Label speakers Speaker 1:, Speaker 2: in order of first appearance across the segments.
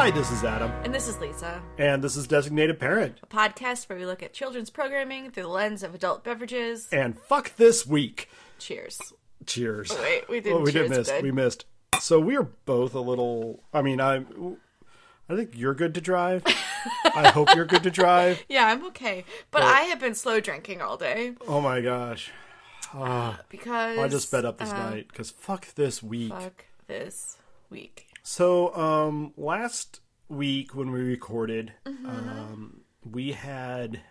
Speaker 1: Hi, this is Adam,
Speaker 2: And this is Lisa,
Speaker 1: and this is Designated Parent.
Speaker 2: a podcast where we look at children's programming through the lens of adult beverages.
Speaker 1: And fuck this week.
Speaker 2: Cheers.
Speaker 1: Cheers.
Speaker 2: Oh, wait, we didn't
Speaker 1: Well, we did
Speaker 2: cheers,
Speaker 1: miss.
Speaker 2: bud.
Speaker 1: We missed. So we are both a little. I mean, I. I think you're good to drive. I hope you're good to drive.
Speaker 2: Yeah, I'm okay. But I have been slow drinking all day
Speaker 1: Oh my gosh, Ah,
Speaker 2: because
Speaker 1: I just sped up this night because fuck this week.
Speaker 2: uh, fuck this week.
Speaker 1: So um, last week when we recorded,
Speaker 2: Mm-hmm.
Speaker 1: um, we had,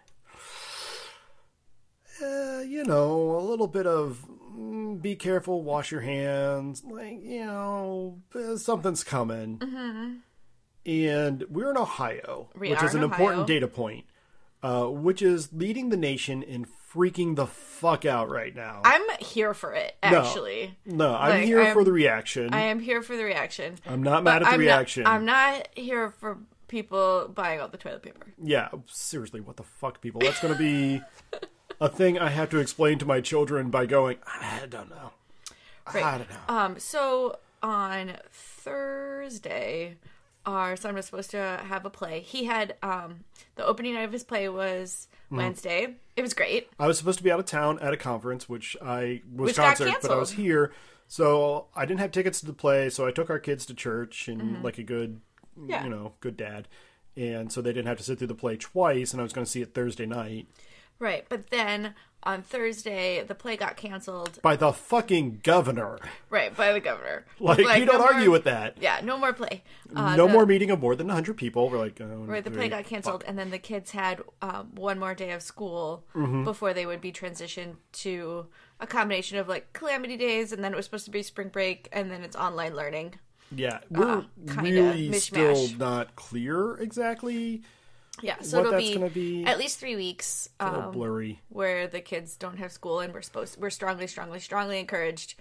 Speaker 1: uh, you know, a little bit of mm, be careful, wash your hands, like you know, uh, something's coming. And we're in Ohio,
Speaker 2: Mm-hmm. We
Speaker 1: which
Speaker 2: are
Speaker 1: is an
Speaker 2: in
Speaker 1: important
Speaker 2: Ohio.
Speaker 1: data point, uh, which is leading the nation in freaking the fuck out right now.
Speaker 2: I'm here for it, actually.
Speaker 1: no, I'm
Speaker 2: like,
Speaker 1: here
Speaker 2: I'm-
Speaker 1: for the reaction.
Speaker 2: I am here for the reaction.
Speaker 1: I'm not mad at the
Speaker 2: I'm
Speaker 1: reaction.
Speaker 2: Not, I'm not here for people buying all the toilet paper.
Speaker 1: Yeah, seriously, what the fuck, people? That's going to be a thing I have to explain to my children by going, I don't know. I don't know.
Speaker 2: Um, so on Thursday, our son was supposed to have a play. He had um the opening night of his play was
Speaker 1: Mm.
Speaker 2: Wednesday. It was great.
Speaker 1: I was supposed to be out of town at a conference, which I was
Speaker 2: Which got
Speaker 1: concert, but I was
Speaker 2: canceled.
Speaker 1: here, so I didn't have tickets to the play. So I took our kids to church, and like a good,
Speaker 2: Mm-hmm. Yeah.
Speaker 1: you know, good dad, and so they didn't have to sit through the play twice. And I was going to see it Thursday night
Speaker 2: Right. But then on Thursday the play got canceled.
Speaker 1: by the fucking governor.
Speaker 2: Right, by the governor.
Speaker 1: Like, you don't
Speaker 2: no
Speaker 1: argue
Speaker 2: more-
Speaker 1: with that.
Speaker 2: Yeah, no more play. Uh,
Speaker 1: no
Speaker 2: the-
Speaker 1: more meeting of more than hundred people. We're like, oh,
Speaker 2: Right, the play got canceled, and then the kids had um, one more day of school
Speaker 1: Mm-hmm.
Speaker 2: before they would be transitioned to a combination of like calamity days, and then it was supposed to be spring break, and then it's online learning.
Speaker 1: Yeah, we're
Speaker 2: Ah, kinda
Speaker 1: really
Speaker 2: mishmash.
Speaker 1: still not clear exactly.
Speaker 2: Yeah, so
Speaker 1: What
Speaker 2: it'll
Speaker 1: that's
Speaker 2: be,
Speaker 1: gonna be-
Speaker 2: at least three weeks
Speaker 1: A little
Speaker 2: um,
Speaker 1: blurry.
Speaker 2: where the kids don't have school, and we're supposed we're strongly, strongly, strongly encouraged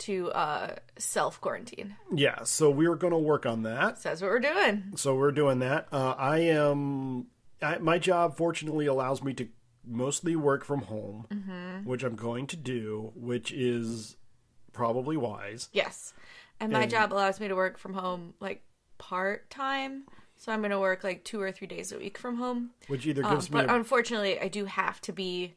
Speaker 2: to uh, self quarantine.
Speaker 1: Yeah, so we are going to work on that.
Speaker 2: So that's what we're doing.
Speaker 1: So we're doing that. Uh, I am. I, my job fortunately allows me to mostly work from home,
Speaker 2: Mm-hmm.
Speaker 1: which I'm going to do, which is probably wise.
Speaker 2: Yes, and my job allows me to work from home like part time. So I'm going to work like two or three days a week from home.
Speaker 1: Which either
Speaker 2: Um,
Speaker 1: gives me
Speaker 2: but
Speaker 1: a,
Speaker 2: unfortunately, I do have to be.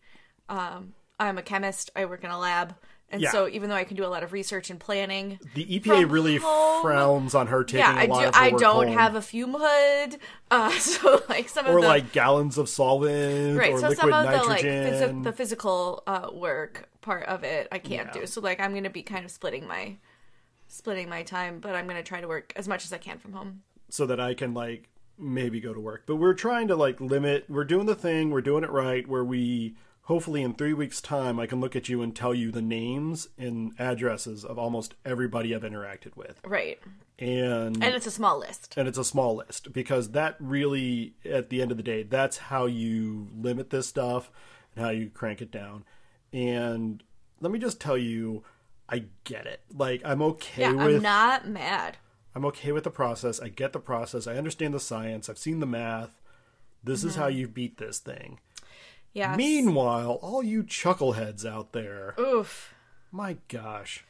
Speaker 2: Um, I'm a chemist. I work in a lab, and
Speaker 1: Yeah.
Speaker 2: so even though I can do a lot of research and planning,
Speaker 1: the EPA
Speaker 2: from
Speaker 1: really
Speaker 2: home-
Speaker 1: frowns on her taking
Speaker 2: yeah, I
Speaker 1: a lot
Speaker 2: do.
Speaker 1: of her
Speaker 2: I
Speaker 1: work
Speaker 2: don't
Speaker 1: home.
Speaker 2: have a fume hood, uh, so like some
Speaker 1: or
Speaker 2: of the
Speaker 1: like gallons of solvent
Speaker 2: right,
Speaker 1: or
Speaker 2: so
Speaker 1: liquid
Speaker 2: some of the like
Speaker 1: nitrogen.
Speaker 2: phys- the physical uh, work part of it, I can't
Speaker 1: Yeah.
Speaker 2: do. So like I'm going to be kind of splitting my splitting my time, but I'm going to try to work as much as I can from home.
Speaker 1: so that I can like maybe go to work. But we're trying to like limit. We're doing the thing. We're doing it right. Where we hopefully in three weeks' time, I can look at you and tell you the names and addresses of almost everybody I've interacted with,
Speaker 2: Right,
Speaker 1: and
Speaker 2: and it's a small list.
Speaker 1: and it's a small list because that really, at the end of the day, that's how you limit this stuff and how you crank it down. And let me just tell you. I get it. Like I'm okay
Speaker 2: Yeah,
Speaker 1: with
Speaker 2: I'm not mad.
Speaker 1: I'm okay with the process. I get the process. I understand the science. I've seen the math. This is how
Speaker 2: Mm-hmm.
Speaker 1: you beat this thing.
Speaker 2: Yeah.
Speaker 1: Meanwhile, all you chuckleheads out there,
Speaker 2: Oof.
Speaker 1: my gosh.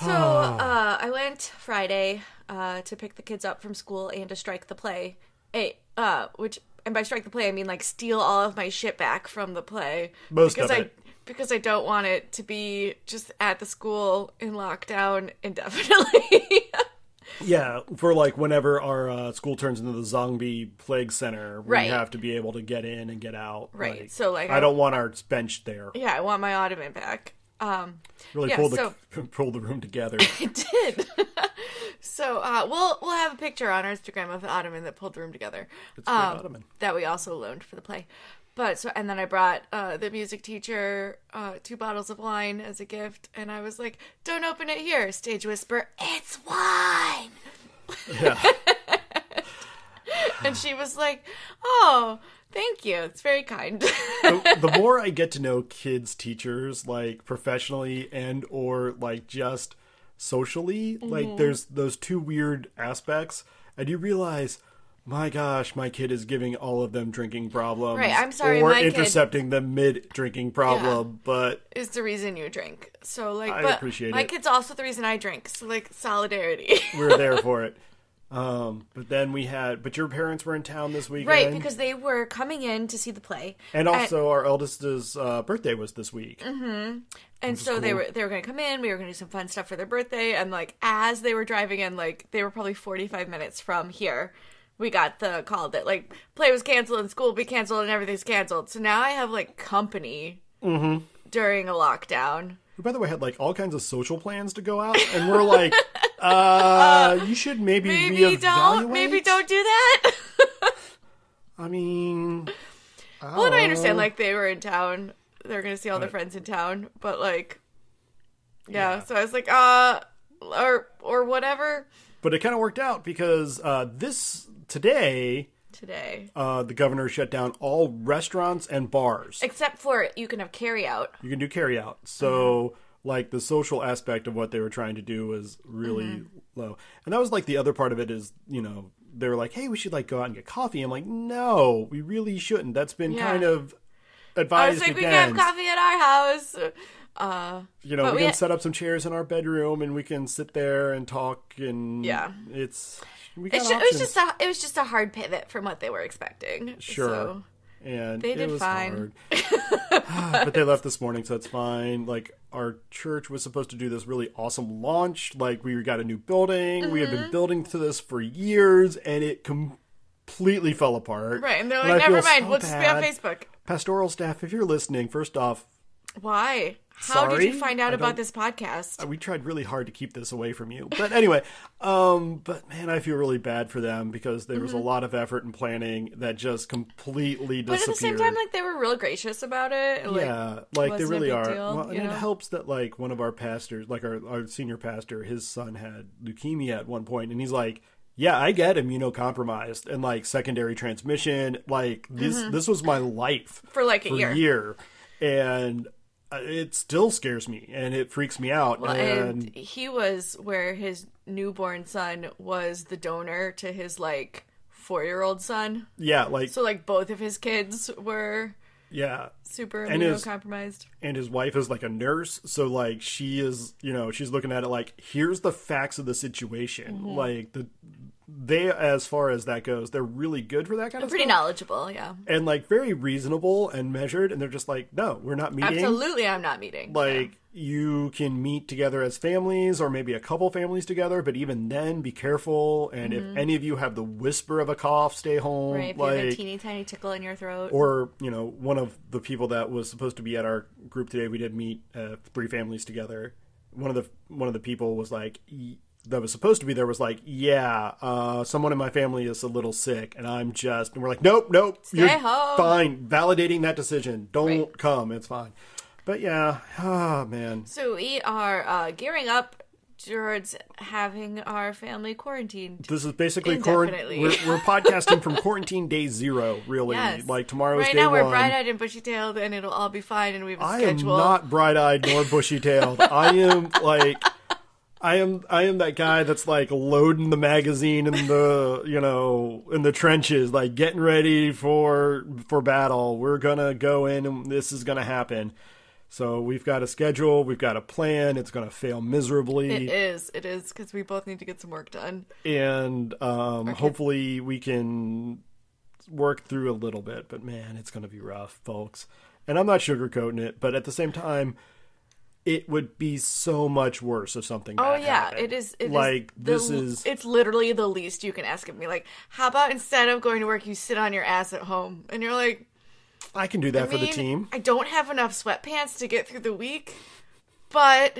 Speaker 2: So
Speaker 1: Oh.
Speaker 2: uh, I went Friday uh, to pick the kids up from school and to strike the play. A, uh, which and by strike the play I mean like steal all of my shit back from the play
Speaker 1: Most
Speaker 2: because
Speaker 1: of
Speaker 2: I
Speaker 1: it.
Speaker 2: because I don't want it to be just at the school in lockdown indefinitely.
Speaker 1: Yeah, for like whenever our uh, school turns into the zombie plague center, we
Speaker 2: Right.
Speaker 1: have to be able to get in and get out.
Speaker 2: Right, so, like,
Speaker 1: I
Speaker 2: I-
Speaker 1: don't want our bench there.
Speaker 2: yeah, I want my ottoman back. Um,
Speaker 1: Really
Speaker 2: yeah,
Speaker 1: pull the
Speaker 2: so-
Speaker 1: pull the room together.
Speaker 2: it did. so uh, we'll we'll have a picture on our Instagram of the ottoman that pulled the room together. Um,
Speaker 1: It's a great ottoman.
Speaker 2: that we also loaned for the play. But so and then I brought uh, the music teacher uh, two bottles of wine as a gift, and I was like, "Don't open it here." Stage whisper, "It's wine."
Speaker 1: Yeah.
Speaker 2: And she was like, "Oh, thank you. It's very kind."
Speaker 1: the, the more I get to know kids teachers like professionally and or like just socially,
Speaker 2: Mm-hmm.
Speaker 1: like there's those two weird aspects and you realize my gosh, my kid is giving all of them drinking problems.
Speaker 2: Right, I'm sorry,
Speaker 1: Or
Speaker 2: my kid-
Speaker 1: intercepting the mid drinking problem, but
Speaker 2: is the reason you drink. So like,
Speaker 1: I
Speaker 2: but
Speaker 1: appreciate
Speaker 2: my
Speaker 1: it.
Speaker 2: kid's also the reason I drink. So like, solidarity.
Speaker 1: we're there for it. Um, but then we had, but your parents were in town this weekend,
Speaker 2: right, because they were coming in to see the play.
Speaker 1: and also our eldest's uh, birthday was this week.
Speaker 2: And so they were they were gonna come in. We were gonna do some fun stuff for their birthday. And like as they were driving in, like they were probably forty five minutes from here. We got the call that like play was canceled and school will be canceled and everything's canceled. So now I have like company during a lockdown.
Speaker 1: Who, by the way, had like all kinds of social plans to go out, and we're like, uh, you should maybe
Speaker 2: Maybe
Speaker 1: reevaluate.
Speaker 2: don't. Maybe don't do that.
Speaker 1: I mean,
Speaker 2: well, and I understand like they were in town. They're gonna see all their friends in town. But like, yeah. So I was like, uh, or or whatever
Speaker 1: but it kind of worked out because uh, this today
Speaker 2: today.
Speaker 1: uh, the governor shut down all restaurants and bars.
Speaker 2: Except for you can have carry out.
Speaker 1: You can do carry out. So
Speaker 2: Mm-hmm.
Speaker 1: like the social aspect of what they were trying to do was really
Speaker 2: Mm-hmm.
Speaker 1: low. And that was like the other part of it is, you know, they were like, "Hey, we should like go out and get coffee." I'm like, "No, we really shouldn't." That's been
Speaker 2: Yeah.
Speaker 1: kind of
Speaker 2: I
Speaker 1: advised
Speaker 2: was like, we can have
Speaker 1: against.
Speaker 2: coffee at our house. Uh,
Speaker 1: you know,
Speaker 2: but
Speaker 1: we,
Speaker 2: we
Speaker 1: can
Speaker 2: ha-
Speaker 1: set up some chairs in our bedroom and we can sit there and talk and
Speaker 2: Yeah.
Speaker 1: it's we got
Speaker 2: it's ju- it was
Speaker 1: options.
Speaker 2: just a it was just a hard pivot from what they were expecting.
Speaker 1: Sure.
Speaker 2: So,
Speaker 1: and
Speaker 2: They
Speaker 1: it
Speaker 2: did
Speaker 1: was
Speaker 2: fine.
Speaker 1: hard. but they left this morning, so it's fine. Like our church was supposed to do this really awesome launch. Like we got a new building. We had
Speaker 2: Mm-hmm.
Speaker 1: been building to this for years, and it completely fell apart.
Speaker 2: right, and they're
Speaker 1: I
Speaker 2: like,
Speaker 1: feel
Speaker 2: never mind,
Speaker 1: so
Speaker 2: we'll just be on
Speaker 1: bad."
Speaker 2: Facebook.
Speaker 1: Pastoral staff, if you're listening, first off,
Speaker 2: Why? How did
Speaker 1: Sorry?
Speaker 2: you find
Speaker 1: I
Speaker 2: out
Speaker 1: don't-
Speaker 2: about this podcast?
Speaker 1: uh, we tried really hard to keep this away from you. But anyway, um, but man, I feel really bad for them because there was a lot of effort and planning that just completely disappeared.
Speaker 2: Mm-hmm. But at the same time, like they were real gracious about it. and, Like,
Speaker 1: yeah, like they
Speaker 2: wasn't a
Speaker 1: really
Speaker 2: big
Speaker 1: are.
Speaker 2: deal,
Speaker 1: well, and
Speaker 2: you
Speaker 1: it
Speaker 2: know?
Speaker 1: helps that like one of our pastors, like our, our senior pastor, his son had leukemia at one point, and he's like, "Yeah, I get immunocompromised and like secondary transmission. Like this, this was my life
Speaker 2: Mm-hmm. For, like, a
Speaker 1: for
Speaker 2: year.
Speaker 1: and uh, it still scares me and it freaks me out.
Speaker 2: Well,
Speaker 1: and,
Speaker 2: and he was where his newborn son was the donor to his like four year old son.
Speaker 1: yeah, like
Speaker 2: So like both of his kids were
Speaker 1: yeah,
Speaker 2: super
Speaker 1: And his-
Speaker 2: immunocompromised.
Speaker 1: and his wife is like a nurse so like she is you know she's looking at it like here's the facts of the situation
Speaker 2: Mm-hmm.
Speaker 1: like the they as far as that goes they're really good for that kind of
Speaker 2: Pretty
Speaker 1: stuff
Speaker 2: knowledgeable, yeah.
Speaker 1: and like very reasonable and measured and they're just like no we're not meeting
Speaker 2: Absolutely, I'm not meeting.
Speaker 1: like you can meet together as families or maybe a couple families together but even then be careful and if any of you have the whisper of a cough stay home
Speaker 2: Mm-hmm. right, if you have a
Speaker 1: like
Speaker 2: teeny tiny tickle in your throat.
Speaker 1: or you know one of the people that was supposed to be at our group today we did meet uh, three families together one of the one of the people was like y- that was supposed to be there was like yeah uh, someone in my family is a little sick and i'm just and we're like nope nope you're
Speaker 2: home."
Speaker 1: fine validating that decision don't
Speaker 2: Right.
Speaker 1: come it's fine but yeah ah man
Speaker 2: so we are uh, gearing up towards having our family quarantined.
Speaker 1: this is basically quarant-
Speaker 2: Indefinitely.
Speaker 1: we're, we're podcasting from quarantine day zero really
Speaker 2: Yes.
Speaker 1: like tomorrow's
Speaker 2: right
Speaker 1: day
Speaker 2: now,
Speaker 1: one
Speaker 2: we're bright eyed and bushy tailed, and it'll all be fine, and we have a
Speaker 1: I
Speaker 2: schedule.
Speaker 1: am not bright-eyed nor bushy-tailed. I am like, I am, I am that guy that's like loading the magazine in the, you know, in the trenches, like getting ready for for battle. We're gonna go in, and this is gonna happen. So we've got a schedule, we've got a plan. It's gonna fail
Speaker 2: It
Speaker 1: miserably,
Speaker 2: is, it is, because we both need to get some work done.
Speaker 1: and um, hopefully we can work through a little bit. But man, it's gonna be rough, folks. And I'm not sugarcoating it, but at the same time it would be so much worse if something.
Speaker 2: Oh
Speaker 1: bad
Speaker 2: yeah,
Speaker 1: happened.
Speaker 2: it is. it is
Speaker 1: like
Speaker 2: the
Speaker 1: this
Speaker 2: l-
Speaker 1: is
Speaker 2: It's literally the least you can ask of me. Like, how about instead of going to work, you sit on your ass at home, and you're like,
Speaker 1: I can do that for the
Speaker 2: mean,
Speaker 1: team.
Speaker 2: I don't have enough sweatpants to get through the week, but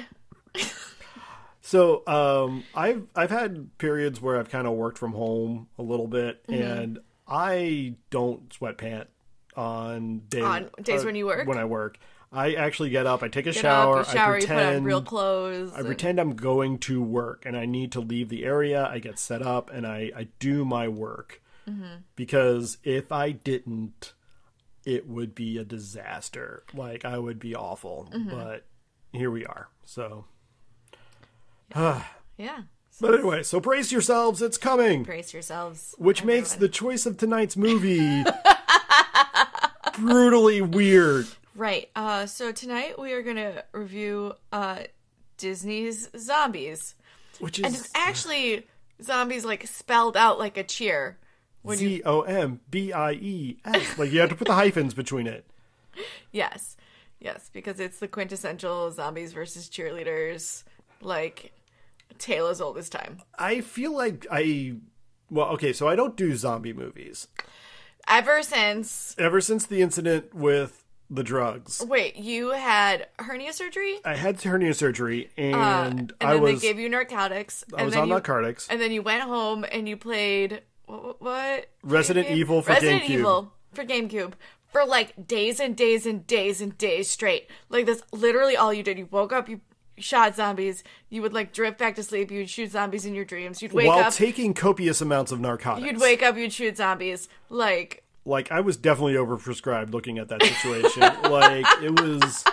Speaker 1: So um, I've I've had periods where I've kind of worked from home a little bit,
Speaker 2: Mm-hmm.
Speaker 1: and I don't sweat pant on day,
Speaker 2: On days when you work?
Speaker 1: when I work. I actually get up, I take a
Speaker 2: Get
Speaker 1: shower,
Speaker 2: up, you shower,
Speaker 1: I
Speaker 2: you put on
Speaker 1: pretend
Speaker 2: real clothes.
Speaker 1: I pretend I'm going to work and I need to leave the area. I get set up and I, I do my work.
Speaker 2: Mm-hmm.
Speaker 1: Because if I didn't, it would be a disaster. Like, I would be awful.
Speaker 2: Mm-hmm.
Speaker 1: But here we are. So,
Speaker 2: yeah.
Speaker 1: but anyway, so brace yourselves. It's coming.
Speaker 2: Brace yourselves.
Speaker 1: Which makes the choice of tonight's movie brutally weird.
Speaker 2: Right. Uh, so tonight we are going to review uh, Disney's zombies.
Speaker 1: Which
Speaker 2: And it's
Speaker 1: is
Speaker 2: actually zombies like spelled out like a cheer. When you
Speaker 1: Z O M B I E S. Like, you have to put the hyphens between it.
Speaker 2: yes, yes, because it's the quintessential zombies versus cheerleaders, like tale as old as time.
Speaker 1: I feel like I well, okay, so I don't do zombie movies.
Speaker 2: Ever since
Speaker 1: Ever since the incident with the drugs,
Speaker 2: wait, you had hernia surgery,
Speaker 1: I had hernia surgery and,
Speaker 2: Uh, and then
Speaker 1: I was
Speaker 2: they gave you narcotics.
Speaker 1: I was
Speaker 2: then
Speaker 1: on
Speaker 2: you,
Speaker 1: narcotics.
Speaker 2: and then you went home and you played what? what
Speaker 1: Resident
Speaker 2: Game-
Speaker 1: Evil for
Speaker 2: Resident
Speaker 1: GameCube.
Speaker 2: Evil for GameCube for like days and days and days and days straight. Like that's literally all you did. You woke up, you shot zombies. You would like drift back to sleep. You'd shoot zombies in your dreams. You'd wake
Speaker 1: While
Speaker 2: up.
Speaker 1: taking copious amounts of narcotics.
Speaker 2: you'd wake up. You'd shoot zombies. Like
Speaker 1: Like I was definitely overprescribed looking at that situation. like it was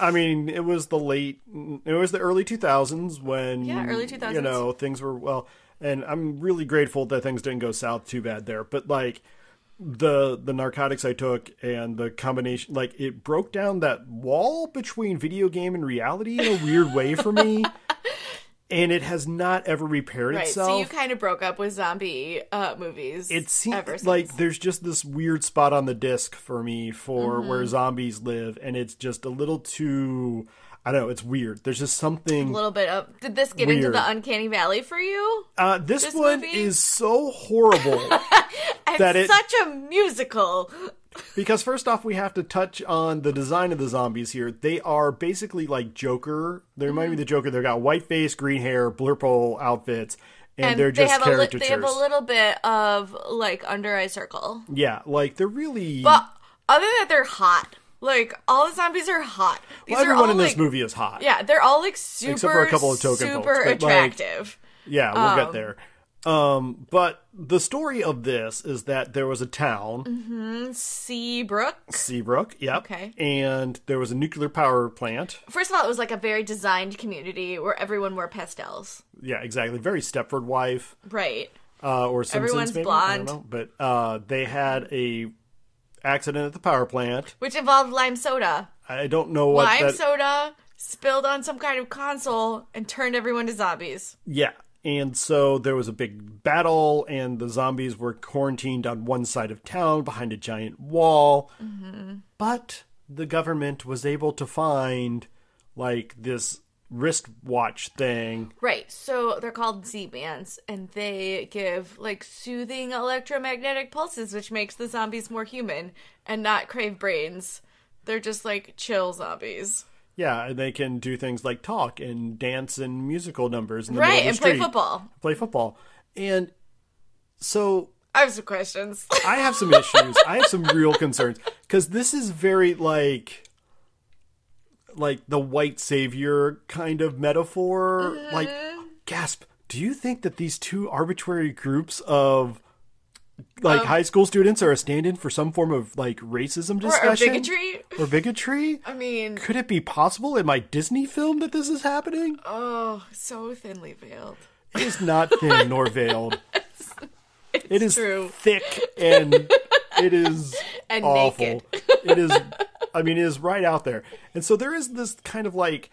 Speaker 1: I mean, it was the late it was the early 2000s when
Speaker 2: Yeah, early
Speaker 1: you
Speaker 2: 2000s.
Speaker 1: know, things were well and I'm really grateful that things didn't go south too bad there, but like the the narcotics I took and the combination like it broke down that wall between video game and reality in a weird way for me. And it has not ever repaired
Speaker 2: right.
Speaker 1: itself.
Speaker 2: So you kind of broke up with zombie uh, movies.
Speaker 1: it
Speaker 2: ever
Speaker 1: seems
Speaker 2: since.
Speaker 1: like there's just this weird spot on the disc for me for
Speaker 2: Mm-hmm.
Speaker 1: where zombies live, and it's just a little too. I don't know. It's weird. There's just
Speaker 2: a
Speaker 1: something.
Speaker 2: little bit of. Did this get into
Speaker 1: Weird.
Speaker 2: the uncanny valley for you?
Speaker 1: Uh, this,
Speaker 2: this
Speaker 1: one
Speaker 2: movie-
Speaker 1: is so horrible.
Speaker 2: It's
Speaker 1: That it-
Speaker 2: such a musical.
Speaker 1: Because first off, we have to touch on the design of the zombies here. They are basically like Joker. They remind
Speaker 2: Mm-hmm.
Speaker 1: me of the Joker. They've got white face, green hair, blurple outfits, and,
Speaker 2: And
Speaker 1: they're
Speaker 2: they
Speaker 1: just
Speaker 2: have a li-
Speaker 1: caricatures.
Speaker 2: they have a little bit of like under eye circle,
Speaker 1: yeah, like they're really.
Speaker 2: but other than that, they're hot. Like all the zombies are hot. These
Speaker 1: Well,
Speaker 2: are all
Speaker 1: everyone in
Speaker 2: like
Speaker 1: this movie is hot.
Speaker 2: yeah, they're all like super
Speaker 1: for a couple of token
Speaker 2: super
Speaker 1: folks, but, like-
Speaker 2: attractive.
Speaker 1: Yeah, we'll get there. Um, but the story of this is that there was a town,
Speaker 2: Seabrook.
Speaker 1: Seabrook, yep.
Speaker 2: Mm-hmm. Okay.
Speaker 1: And there was a nuclear power plant.
Speaker 2: First of all, it was like a very designed community where everyone wore pastels.
Speaker 1: Yeah, exactly. Very Stepford wife,
Speaker 2: Right.
Speaker 1: uh, or Simpsons
Speaker 2: Everyone's
Speaker 1: maybe. I don't
Speaker 2: blonde.
Speaker 1: know. But uh, they had a accident at the power plant.
Speaker 2: Which involved lime soda.
Speaker 1: I don't know what
Speaker 2: lime
Speaker 1: that.
Speaker 2: soda spilled on some kind of console and turned everyone to zombies.
Speaker 1: yeah. And so there was a big battle, and the zombies were quarantined on one side of town behind a giant wall.
Speaker 2: Mm-hmm.
Speaker 1: but the government was able to find like this wristwatch thing.
Speaker 2: Right. So they're called Z bands and they give like soothing electromagnetic pulses which makes the zombies more human and not crave brains. They're just like chill zombies.
Speaker 1: Yeah, and they can do things like talk and dance and musical numbers in the middle
Speaker 2: Right,
Speaker 1: of the
Speaker 2: and play
Speaker 1: street.
Speaker 2: football.
Speaker 1: Play football. And so
Speaker 2: I have some questions.
Speaker 1: I have some issues. I have some real concerns because this is very like like the white savior kind of metaphor. Like
Speaker 2: Mm-hmm.
Speaker 1: gasp. Do you think that these two arbitrary groups of like high school students are a stand-in for some form of like racism
Speaker 2: or, or
Speaker 1: discussion
Speaker 2: bigotry?
Speaker 1: or bigotry?
Speaker 2: I mean,
Speaker 1: Could it be possible in my Disney film that this is happening?
Speaker 2: oh, so thinly veiled.
Speaker 1: It is not thin nor veiled.
Speaker 2: It's
Speaker 1: It is
Speaker 2: true.
Speaker 1: thick and it is
Speaker 2: And
Speaker 1: awful.
Speaker 2: naked.
Speaker 1: It is I mean it is right out there. And so there is this kind of like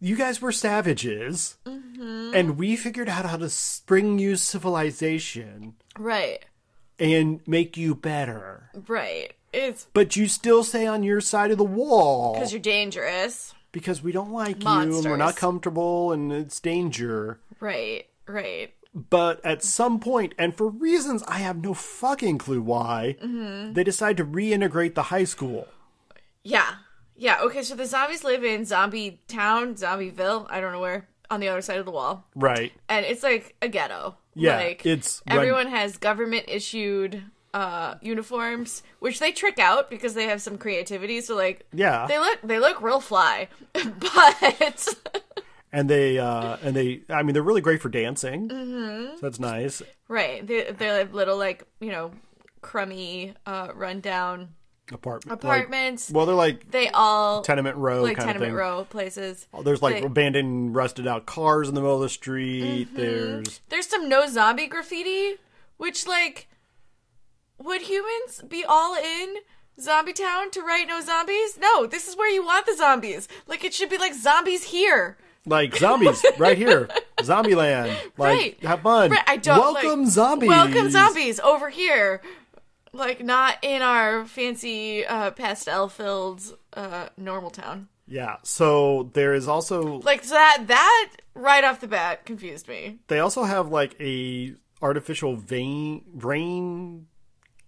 Speaker 1: you guys were savages
Speaker 2: Mm-hmm.
Speaker 1: and we figured out how to bring you civilization
Speaker 2: Right.
Speaker 1: and make you better.
Speaker 2: Right. It's
Speaker 1: But you still stay on your side of the wall
Speaker 2: because you're dangerous.
Speaker 1: because we don't like you and we're
Speaker 2: Monsters.
Speaker 1: not comfortable and it's danger.
Speaker 2: Right. Right.
Speaker 1: but at some point and for reasons i have no fucking clue why
Speaker 2: Mm-hmm.
Speaker 1: they decide to reintegrate the high school
Speaker 2: Yeah. Yeah. Okay. So the zombies live in zombie town, zombieville. I don't know where on the other side of the wall,
Speaker 1: right
Speaker 2: and it's like a ghetto.
Speaker 1: Yeah,
Speaker 2: Like,
Speaker 1: it's run-
Speaker 2: everyone has government issued uh, uniforms, which they trick out because they have some creativity. So like,
Speaker 1: Yeah.
Speaker 2: they look they look real fly, but
Speaker 1: and they uh and they I mean they're really great for dancing.
Speaker 2: Mm-hmm.
Speaker 1: So that's nice.
Speaker 2: right they they're like little like you know crummy uh, rundown.
Speaker 1: Apartment like-
Speaker 2: Apartments.
Speaker 1: well, they're like
Speaker 2: They all
Speaker 1: tenement row
Speaker 2: like
Speaker 1: kind of
Speaker 2: tenement
Speaker 1: thing.
Speaker 2: row places.
Speaker 1: There's like
Speaker 2: They- Mm-hmm.
Speaker 1: abandoned, rusted out cars in the middle of the street. There's
Speaker 2: There's some no zombie graffiti, which like would humans be all in Zombie Town to write no zombies? No, this is where you want the zombies. Like it should be like zombies here.
Speaker 1: like zombies right here, Zombieland. Like
Speaker 2: Right.
Speaker 1: have fun.
Speaker 2: Right, I don't like-
Speaker 1: Welcome zombies.
Speaker 2: Welcome zombies over here. Like not in our fancy uh, pastel filled uh, normal town.
Speaker 1: Yeah. So there is also
Speaker 2: Like so that that right off the bat confused me.
Speaker 1: they also have like a artificial vein brain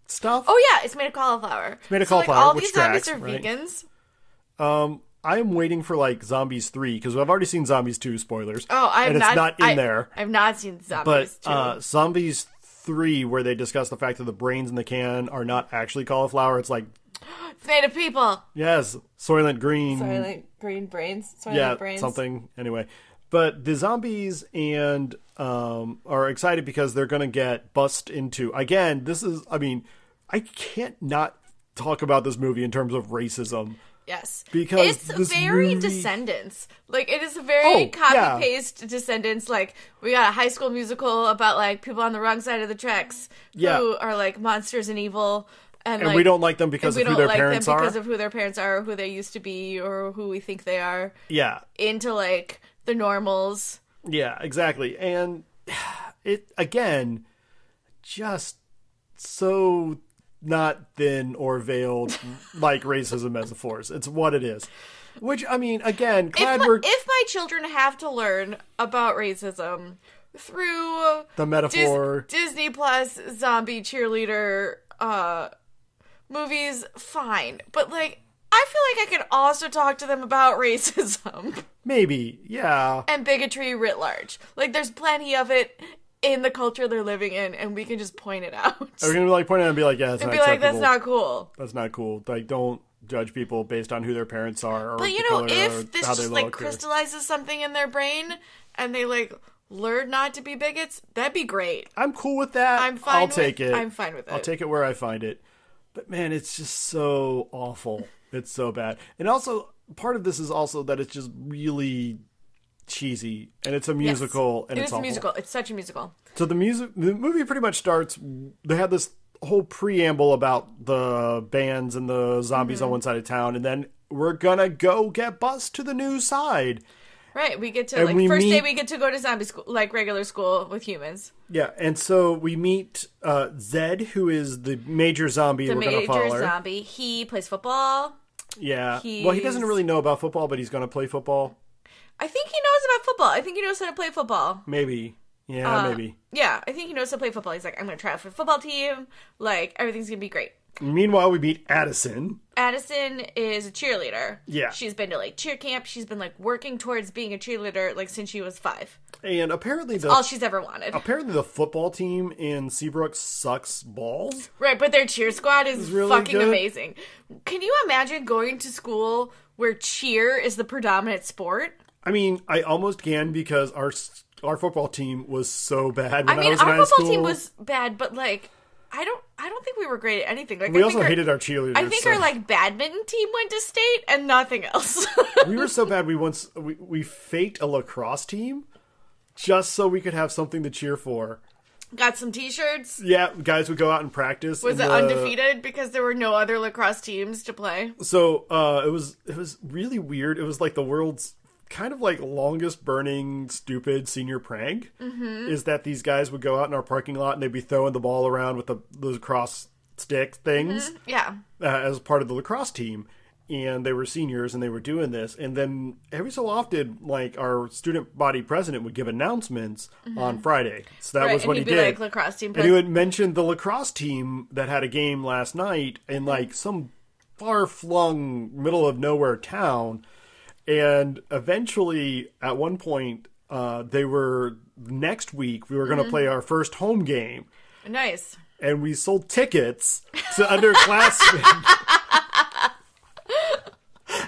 Speaker 1: stuff.
Speaker 2: Oh yeah, it's made of cauliflower. It's
Speaker 1: made of
Speaker 2: Like,
Speaker 1: cauliflower,
Speaker 2: all
Speaker 1: which
Speaker 2: these zombies
Speaker 1: tracks,
Speaker 2: are
Speaker 1: right?
Speaker 2: vegans.
Speaker 1: Um, I am waiting for like Zombies Three because I've already seen Zombies Two spoilers.
Speaker 2: Oh, I've
Speaker 1: and it's not in
Speaker 2: I-
Speaker 1: there.
Speaker 2: I've not seen
Speaker 1: But
Speaker 2: zombies. too.
Speaker 1: uh, Zombies Three, where they discuss the fact that the brains in the can are not actually cauliflower. It's like
Speaker 2: It's made of people.
Speaker 1: yes, Soylent Green.
Speaker 2: Soylent green brains. Soylent
Speaker 1: yeah,
Speaker 2: brains.
Speaker 1: something. Anyway, but the zombies and um are excited because they're gonna get bust into again. This is, I mean, I can't not talk about this movie in terms of racism.
Speaker 2: Yes.
Speaker 1: Because
Speaker 2: it's
Speaker 1: this
Speaker 2: very
Speaker 1: movie-
Speaker 2: Descendants. Like it is a
Speaker 1: Oh,
Speaker 2: very
Speaker 1: yeah.
Speaker 2: copy paste Descendants. Like we got a high school musical about like people on the wrong side of the tracks
Speaker 1: Yeah.
Speaker 2: who are like monsters and evil. And,
Speaker 1: And
Speaker 2: like,
Speaker 1: we don't like them because
Speaker 2: we
Speaker 1: of who
Speaker 2: don't
Speaker 1: their
Speaker 2: like them
Speaker 1: parents are.
Speaker 2: because of who their parents are, or who they used to be, or who we think they are.
Speaker 1: yeah,
Speaker 2: Into like the normals.
Speaker 1: yeah, exactly. And it again, just so not thin or veiled like racism as a force. It's what it is. Which I mean, again,
Speaker 2: If
Speaker 1: glad
Speaker 2: my,
Speaker 1: we're
Speaker 2: if my children have to learn about racism through
Speaker 1: the
Speaker 2: Dis-
Speaker 1: metaphor.
Speaker 2: Disney Plus zombie cheerleader uh movies, fine. But like I feel like I could also talk to them about racism
Speaker 1: Maybe, yeah.
Speaker 2: and bigotry writ large. Like there's plenty of it in the culture they're living in and we can just point it out.
Speaker 1: Are we gonna be like point out and be like, yeah, that's not
Speaker 2: Be like
Speaker 1: acceptable.
Speaker 2: that's not cool.
Speaker 1: That's not cool. Like, don't judge people based on who their parents are or
Speaker 2: But you
Speaker 1: the
Speaker 2: know,
Speaker 1: color or
Speaker 2: if this
Speaker 1: how
Speaker 2: just
Speaker 1: they
Speaker 2: like
Speaker 1: look or-
Speaker 2: crystallizes something in their brain and they like learn not to be bigots, that'd be great.
Speaker 1: I'm cool with that.
Speaker 2: I'm fine
Speaker 1: I'll
Speaker 2: with-
Speaker 1: take it.
Speaker 2: I'm fine with
Speaker 1: I'll
Speaker 2: it.
Speaker 1: take it where I find it. But man, it's just so awful. it's so bad. And also, part of this is also that it's just really cheesy and it's a
Speaker 2: Yes.
Speaker 1: musical and
Speaker 2: It
Speaker 1: it's
Speaker 2: is a
Speaker 1: awful.
Speaker 2: musical. It's such a musical.
Speaker 1: So the music, the movie pretty much starts. They had this whole preamble about the bands and the zombies
Speaker 2: Mm-hmm.
Speaker 1: on one side of town, and then we're gonna go get bus to the new side.
Speaker 2: Right, we get to
Speaker 1: And
Speaker 2: like
Speaker 1: we
Speaker 2: first day
Speaker 1: meet-
Speaker 2: we get to go to zombie school, like regular school with humans.
Speaker 1: Yeah, and so we meet uh, Zed, who is the major zombie
Speaker 2: The
Speaker 1: we're gonna follow.
Speaker 2: major
Speaker 1: her.
Speaker 2: zombie, he plays football.
Speaker 1: Yeah, well, he doesn't
Speaker 2: He's-
Speaker 1: really know about football, but he's gonna play football.
Speaker 2: I think he knows about football. I think he knows how to play football.
Speaker 1: Maybe, yeah,
Speaker 2: Uh,
Speaker 1: maybe.
Speaker 2: Yeah, I think he knows how to play football. He's like, I'm gonna try out for the football team. Like everything's gonna be great.
Speaker 1: Meanwhile, we meet Addison.
Speaker 2: Addison is a cheerleader.
Speaker 1: Yeah.
Speaker 2: she's been to like cheer camp. She's been like working towards being a cheerleader like since she was five.
Speaker 1: And apparently the
Speaker 2: All she's ever wanted.
Speaker 1: apparently the football team in Seabrook sucks balls.
Speaker 2: Right, but their cheer squad is
Speaker 1: really
Speaker 2: fucking
Speaker 1: good.
Speaker 2: amazing. Can you imagine going to school where cheer is the predominant sport?
Speaker 1: I mean, I almost can because our s- our football team was so bad
Speaker 2: I
Speaker 1: when I,
Speaker 2: mean,
Speaker 1: was in
Speaker 2: our
Speaker 1: high
Speaker 2: football
Speaker 1: school.
Speaker 2: team was bad, but like, I don't, I don't think we were great at anything. Like,
Speaker 1: we
Speaker 2: I
Speaker 1: also
Speaker 2: think our,
Speaker 1: hated our cheerleaders.
Speaker 2: I think
Speaker 1: so.
Speaker 2: our like badminton team went to state and nothing else.
Speaker 1: we were so bad. We once we, we faked a lacrosse team just so we could have something to cheer for.
Speaker 2: Got some T-shirts.
Speaker 1: Yeah, guys would go out and practice.
Speaker 2: Was
Speaker 1: in
Speaker 2: it
Speaker 1: the-
Speaker 2: undefeated because there were no other lacrosse teams to play?
Speaker 1: So uh, it was it was really weird. It was like the world's kind of like longest burning stupid senior prank
Speaker 2: Mm-hmm.
Speaker 1: is that these guys would go out in our parking lot and they'd be throwing the ball around with the those cross stick
Speaker 2: Mm-hmm.
Speaker 1: things.
Speaker 2: Yeah,
Speaker 1: uh, as part of the lacrosse team and they were seniors and they were doing this and then every so often like our student body president would give announcements on friday so that
Speaker 2: Mm-hmm. right.
Speaker 1: was
Speaker 2: and
Speaker 1: what
Speaker 2: you'd
Speaker 1: he
Speaker 2: be
Speaker 1: did
Speaker 2: like lacrosse team.
Speaker 1: and he
Speaker 2: Pres-
Speaker 1: would mention the lacrosse team that had a game last night in
Speaker 2: Mm-hmm.
Speaker 1: like some far flung middle of nowhere town. And eventually, at one point,
Speaker 2: Mm-hmm.
Speaker 1: uh, they were next week, we were going to play our first home game.
Speaker 2: nice.
Speaker 1: and we sold tickets to underclassmen.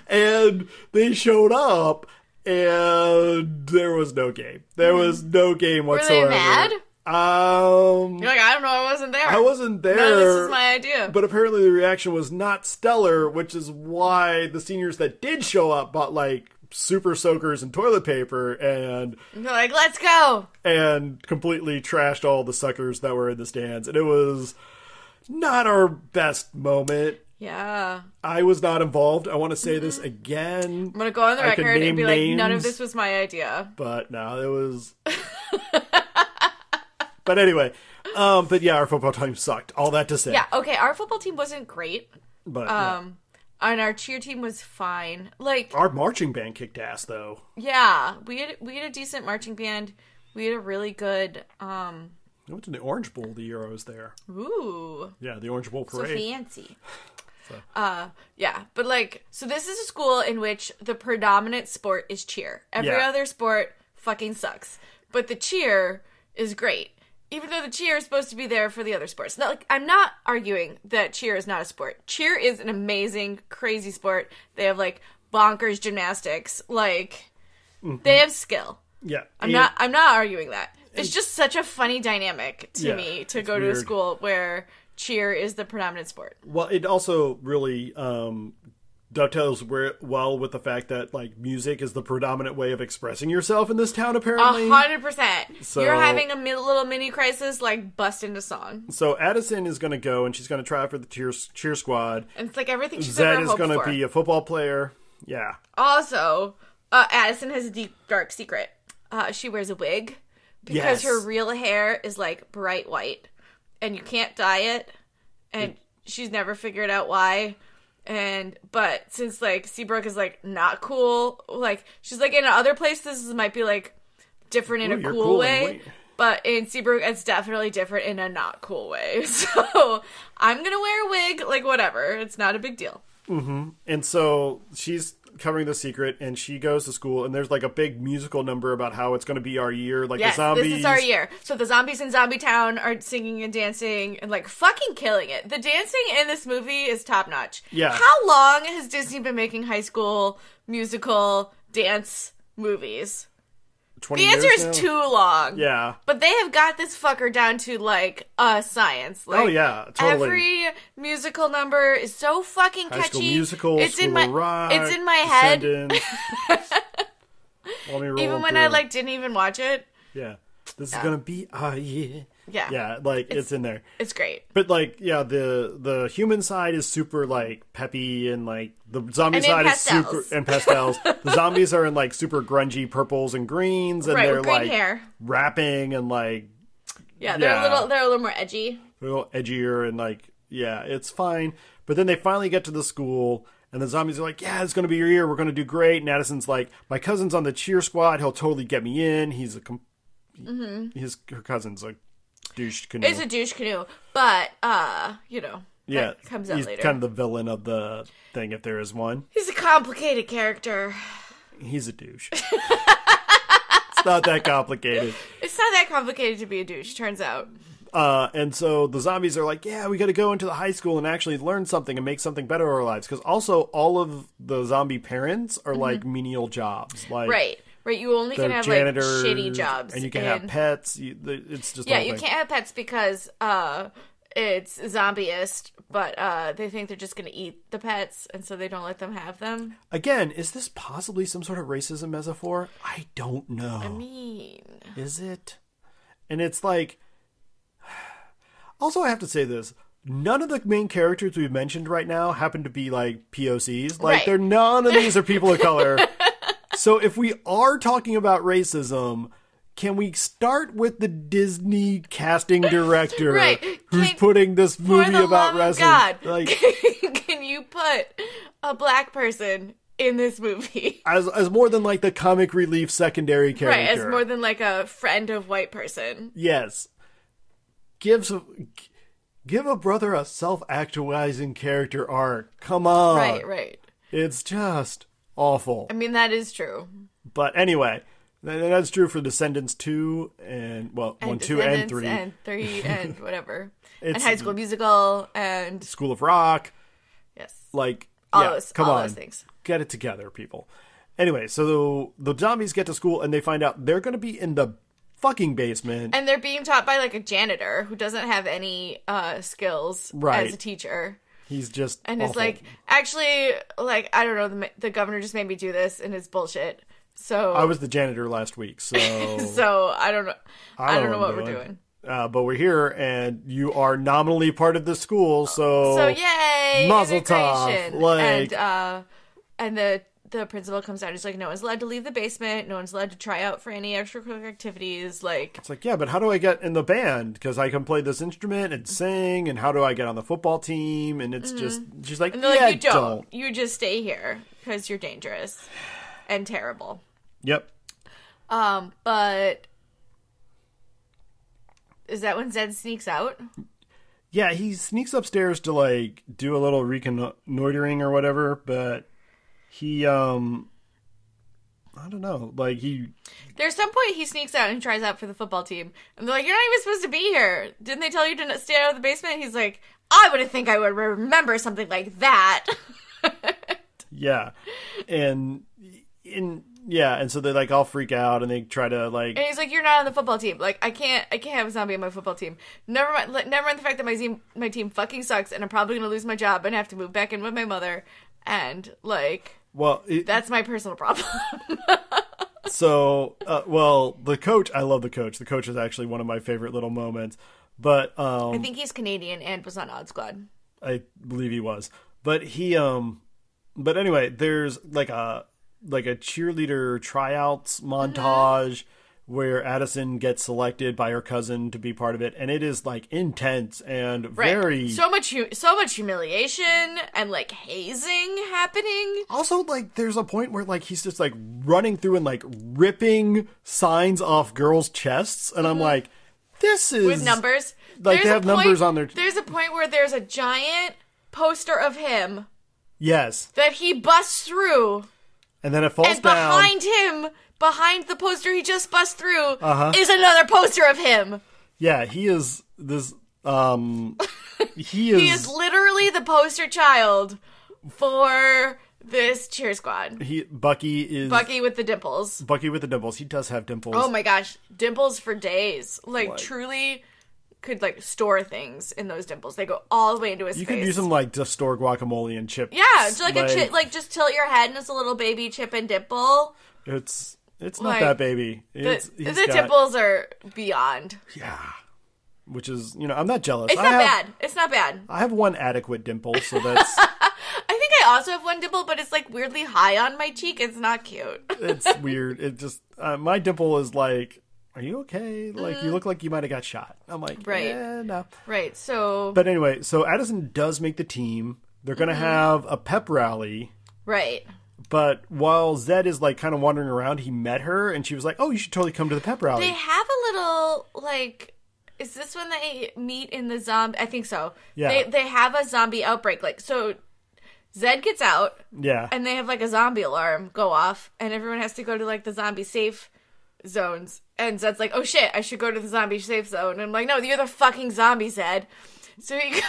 Speaker 1: and they showed up, and there was no game. There was no game whatsoever.
Speaker 2: mad?
Speaker 1: Um,
Speaker 2: You're like, I don't know, I wasn't there.
Speaker 1: I wasn't there.
Speaker 2: No, this is my idea.
Speaker 1: But apparently the reaction was not stellar, which is why the seniors that did show up bought like super soakers and toilet paper and
Speaker 2: You're like, let's go.
Speaker 1: and completely trashed all the suckers that were in the stands. And it was not our best moment.
Speaker 2: Yeah.
Speaker 1: I was not involved. I want to say this again,
Speaker 2: Mm-hmm. I'm gonna go on the
Speaker 1: I could
Speaker 2: record
Speaker 1: name
Speaker 2: and be like, none of
Speaker 1: names.
Speaker 2: this was my idea.
Speaker 1: but no, it was. but anyway, um, but yeah, our football team sucked. All that to say,
Speaker 2: Yeah, okay, our football team wasn't great.
Speaker 1: but yeah. Oh.
Speaker 2: Um and our cheer team was fine. Like
Speaker 1: our marching band kicked ass though.
Speaker 2: yeah, we had we had a decent marching band. We had a really good um
Speaker 1: I went to the Orange Bowl the year I was there.
Speaker 2: ooh.
Speaker 1: Yeah, the Orange Bowl parade.
Speaker 3: Fancy.
Speaker 2: Uh, Yeah, but like so this is a school in which the predominant sport is cheer. Every
Speaker 1: Yeah.
Speaker 2: other sport fucking sucks. But the cheer is great. Even though the cheer is supposed to be there for the other sports. Now, like I'm not arguing that cheer is not a sport. Cheer is an amazing, crazy sport. They have like bonkers gymnastics. Like they have skill.
Speaker 1: yeah,
Speaker 2: I'm not I'm not arguing that. It's just such a funny dynamic to
Speaker 1: Yeah,
Speaker 2: me to
Speaker 1: it's
Speaker 2: go to
Speaker 1: weird.
Speaker 2: a school where cheer is the predominant sport.
Speaker 1: Well, it also really um, dovetails re- well with the fact that like music is the predominant way of expressing yourself in this town, apparently.
Speaker 2: A hundred percent.
Speaker 1: So-
Speaker 2: You're having a mi- little mini crisis, like bust into song.
Speaker 1: So Addison is going to go and she's going to try out for the cheer cheer squad.
Speaker 2: And it's like everything she's
Speaker 1: Zed
Speaker 2: ever
Speaker 1: is
Speaker 2: hoped
Speaker 1: going to
Speaker 2: for.
Speaker 1: be a football player. Yeah,
Speaker 2: also, uh, Addison has a deep, dark secret. Uh, she wears a wig
Speaker 1: Yes.
Speaker 2: because her real hair is like bright white, and you can't dye it. And she's never figured out why. And but since like Seabrook is like not cool, like she's like in other places this might be like different in
Speaker 1: Ooh,
Speaker 2: a
Speaker 1: you're
Speaker 2: cool,
Speaker 1: cool in a
Speaker 2: way.
Speaker 1: way.
Speaker 2: But in Seabrook, it's definitely different in a not cool way. So I'm gonna wear a wig, like whatever. It's not a big deal.
Speaker 1: and so she's covering the secret and she goes to school and there's like a big musical number about how it's going to be our year like
Speaker 2: Yes,
Speaker 1: the zombies
Speaker 2: this is our year. So the zombies in Zombie Town are singing and dancing and like fucking killing it. The dancing in this movie is top notch.
Speaker 1: Yeah.
Speaker 2: How long has Disney been making high school musical dance movies?
Speaker 1: 20
Speaker 2: The answer
Speaker 1: years
Speaker 2: is
Speaker 1: now?
Speaker 2: too long.
Speaker 1: yeah
Speaker 2: But they have got this fucker down to like a uh, science. Like,
Speaker 1: Oh, yeah, totally.
Speaker 2: Every musical number is so fucking
Speaker 1: High
Speaker 2: catchy.
Speaker 1: School Musical,
Speaker 2: it's
Speaker 1: School
Speaker 2: in my
Speaker 1: of Rock,
Speaker 2: it's in my head.
Speaker 1: Descendants. Let me roll
Speaker 2: Even when
Speaker 1: through.
Speaker 2: I like didn't even watch it,
Speaker 1: yeah, this is gonna be our year.
Speaker 2: Yeah.
Speaker 1: yeah, like it's, in there.
Speaker 2: it's great.
Speaker 1: But like, yeah, the the human side is super like peppy and like the zombie
Speaker 2: And in
Speaker 1: side is
Speaker 2: pastels.
Speaker 1: super and pastels. the zombies are in like super grungy purples and greens, and
Speaker 2: Right,
Speaker 1: they're
Speaker 2: with green
Speaker 1: like
Speaker 2: hair.
Speaker 1: rapping and like
Speaker 2: Yeah, they're
Speaker 1: Yeah.
Speaker 2: a little they're a little more edgy.
Speaker 1: a little edgier and like yeah it's fine but then they finally get to the school and the zombies are like yeah it's going to be your year we're going to do great and addison's like my cousin's on the cheer squad he'll totally get me in he's a com-
Speaker 2: Mm-hmm.
Speaker 1: his her cousin's a douche canoe
Speaker 2: It's a douche canoe, but uh, you know,
Speaker 1: yeah
Speaker 2: that comes out
Speaker 1: he's
Speaker 2: later.
Speaker 1: kind of the villain of the thing if there is one
Speaker 2: He's a complicated character.
Speaker 1: he's a douche it's not that complicated
Speaker 2: It's not that complicated to be a douche, turns out.
Speaker 1: Uh, and so the zombies are like, yeah, we got to go into the high school and actually learn something and make something better of our lives. Because also, all of the zombie parents are like menial jobs, like
Speaker 2: Mm-hmm. Right. Right, you only
Speaker 1: they're
Speaker 2: can have
Speaker 1: janitors,
Speaker 2: like shitty jobs.
Speaker 1: and you can have pets. You, the, it's just the
Speaker 2: Yeah,
Speaker 1: whole
Speaker 2: you
Speaker 1: thing.
Speaker 2: can't have pets because uh it's zombieist, but uh they think they're just gonna eat the pets and so they don't let them have them.
Speaker 1: Again, is this possibly some sort of racism metaphor? I don't know.
Speaker 2: Mean.
Speaker 1: Is it? And it's like. Also, I have to say this. None of the main characters we've mentioned right now happen to be like POCs. Like,
Speaker 2: Right.
Speaker 1: they're none of these are people of color. so, if we are talking about racism, can we start with the Disney casting director
Speaker 2: Right.
Speaker 1: who's
Speaker 2: Can-
Speaker 1: putting this
Speaker 2: For
Speaker 1: movie
Speaker 2: the
Speaker 1: about
Speaker 2: love of
Speaker 1: racism?
Speaker 2: God,
Speaker 1: Like,
Speaker 2: can you put a black person in this movie?
Speaker 1: as as more than like the comic relief secondary character,
Speaker 2: Right, as more than like a friend of white person.
Speaker 1: Yes. Gives a, give a brother a self-actualizing character arc. Come on.
Speaker 2: Right, right.
Speaker 1: It's just awful.
Speaker 2: I mean, that is true.
Speaker 1: But anyway, And that's true for Descendants two and well one, two, and
Speaker 2: Descendants
Speaker 1: three.
Speaker 2: and three and whatever, and
Speaker 1: It's-
Speaker 2: High School Musical, and
Speaker 1: School of Rock,
Speaker 2: yes,
Speaker 1: like
Speaker 2: all
Speaker 1: yeah,
Speaker 2: those,
Speaker 1: come
Speaker 2: all
Speaker 1: on,
Speaker 2: those things.
Speaker 1: get it together, people. Anyway, so the, the zombies get to school and they find out they're going to be in the fucking basement.
Speaker 2: And they're being taught by like a janitor who doesn't have any uh skills
Speaker 1: Right.
Speaker 2: as a teacher.
Speaker 1: He's just
Speaker 2: and it's
Speaker 1: awful.
Speaker 2: like actually like i don't know the, ma- the governor just made me do this and it's bullshit so
Speaker 1: I was the janitor last week, so
Speaker 2: so i don't know i don't, know what
Speaker 1: I'm
Speaker 2: we're doing
Speaker 1: Uh, but we're here, and you are nominally part of the school, so
Speaker 2: Uh, so yay
Speaker 1: Mazel tov,
Speaker 2: integration
Speaker 1: like-
Speaker 2: and uh and the the principal comes out he's like no one's allowed to leave the basement no one's allowed to try out for any extracurricular activities like
Speaker 1: It's like, yeah, but how do I get in the band? Because I can play this instrument and sing, and how do I get on the football team? And it's just, she's like,
Speaker 2: Mm-hmm. and they're like
Speaker 1: yeah,
Speaker 2: you don't, you just stay here because you're dangerous and terrible
Speaker 1: Yep.
Speaker 2: um but is that when zed sneaks out
Speaker 1: Yeah, he sneaks upstairs to like do a little reconnoitering or whatever, but he, um, I don't know, like he,
Speaker 2: There's some point he sneaks out and tries out for the football team. And they're like, You're not even supposed to be here. Didn't they tell you to not stay out of the basement? And he's like, I would have think I would remember something like that.
Speaker 1: yeah, and in yeah, and so they like all freak out and they try to like
Speaker 2: And he's like, You're not on the football team. Like, I can't I can't have a zombie on my football team. Never mind let- never mind the fact that my team my team fucking sucks and I'm probably gonna lose my job and have to move back in with my mother and like
Speaker 1: well, it,
Speaker 2: that's my personal problem.
Speaker 1: so uh, well, the coach, I love the coach. The coach is actually one of my favorite little moments, but um,
Speaker 2: I think he's Canadian and was on Odd Squad.
Speaker 1: I believe he was. But he um but anyway, there's like a like a cheerleader tryouts
Speaker 2: Uh-huh.
Speaker 1: montage where Addison gets selected by her cousin to be part of it and it is like intense and very
Speaker 2: so much hu- so much humiliation and like hazing happening.
Speaker 1: also like there's a point where like he's just like running through and like ripping signs off girls' chests and I'm like this is
Speaker 2: Mm-hmm. with numbers.
Speaker 1: Like, they
Speaker 2: a
Speaker 1: have numbers on their-
Speaker 2: There's a point where there's a giant poster of him
Speaker 1: Yes.
Speaker 2: that he busts through,
Speaker 1: And then it falls
Speaker 2: and
Speaker 1: down.
Speaker 2: behind him, behind the poster he just busts through,
Speaker 1: Uh-huh.
Speaker 2: is another poster of him.
Speaker 1: yeah, he is this um
Speaker 2: He is literally the poster child for this cheer squad.
Speaker 1: he Bucky is
Speaker 2: Bucky with the dimples.
Speaker 1: Bucky with the dimples. He does have dimples.
Speaker 2: Oh my gosh, dimples for days. Like truly could like store things in those dimples. They go all the way into his
Speaker 1: you
Speaker 2: face.
Speaker 1: could use them like to store guacamole and chips.
Speaker 2: Yeah, it's like, a chip, like just tilt your head and it's a little baby chip and dimple.
Speaker 1: it's it's not
Speaker 2: like,
Speaker 1: that baby. It's,
Speaker 2: The,
Speaker 1: he's
Speaker 2: the
Speaker 1: got-
Speaker 2: dimples are beyond.
Speaker 1: Yeah, which is you know I'm not jealous.
Speaker 2: It's
Speaker 1: I
Speaker 2: not
Speaker 1: have,
Speaker 2: bad. It's not bad.
Speaker 1: I have one adequate dimple, so that's
Speaker 2: I think I also have one dimple, but it's like weirdly high on my cheek. It's not cute.
Speaker 1: it's weird. It just uh, my dimple is like, are you okay? Like you look like you might have got shot. I'm like,
Speaker 2: Mm. Right.
Speaker 1: eh, no.
Speaker 2: right. So
Speaker 1: But anyway, so Addison does make the team. They're gonna
Speaker 2: Mm-hmm.
Speaker 1: have a pep rally.
Speaker 2: right.
Speaker 1: But while Zed is like kind of wandering around, he met her and she was like, "Oh, you should totally come to the pep rally."
Speaker 2: They have a little like. Is this when they meet in the zombie? I think so.
Speaker 1: Yeah.
Speaker 2: They they have a zombie outbreak. Like so, Zed gets out.
Speaker 1: yeah,
Speaker 2: and they have like a zombie alarm go off, and everyone has to go to like the zombie safe zones. And Zed's like, "Oh shit, I should go to the zombie safe zone." And I'm like, "No, you're the fucking zombie, Zed." So he,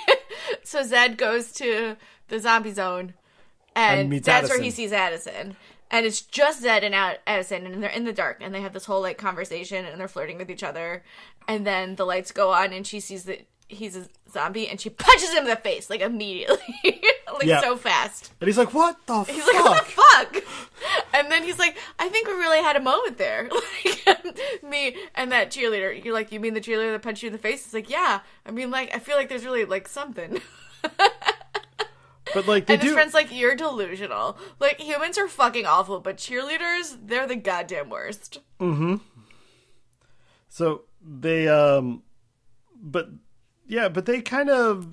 Speaker 2: so Zed goes to the zombie zone,
Speaker 1: And
Speaker 2: and
Speaker 1: meets
Speaker 2: that's where
Speaker 1: Addison.
Speaker 2: he sees Addison. And it's just Zed and Ad- Addison, and they're in the dark, and they have this whole like conversation, and they're flirting with each other. And then the lights go on, and she sees that he's a zombie, and she punches him in the face like immediately, like
Speaker 1: Yeah.
Speaker 2: so fast.
Speaker 1: And he's like, "What the
Speaker 2: He's
Speaker 1: fuck?"
Speaker 2: like, what the fuck? And then he's like, I think we really had a moment there. Like, me and that cheerleader. You're like, you mean the cheerleader that punched you in the face? It's like, yeah. I mean, like, I feel like there's really, like, something.
Speaker 1: but like, they
Speaker 2: and his
Speaker 1: do.
Speaker 2: friend's like, you're delusional. Like, humans are fucking awful, but cheerleaders, they're the goddamn worst.
Speaker 1: so they, um, but yeah, but they kind of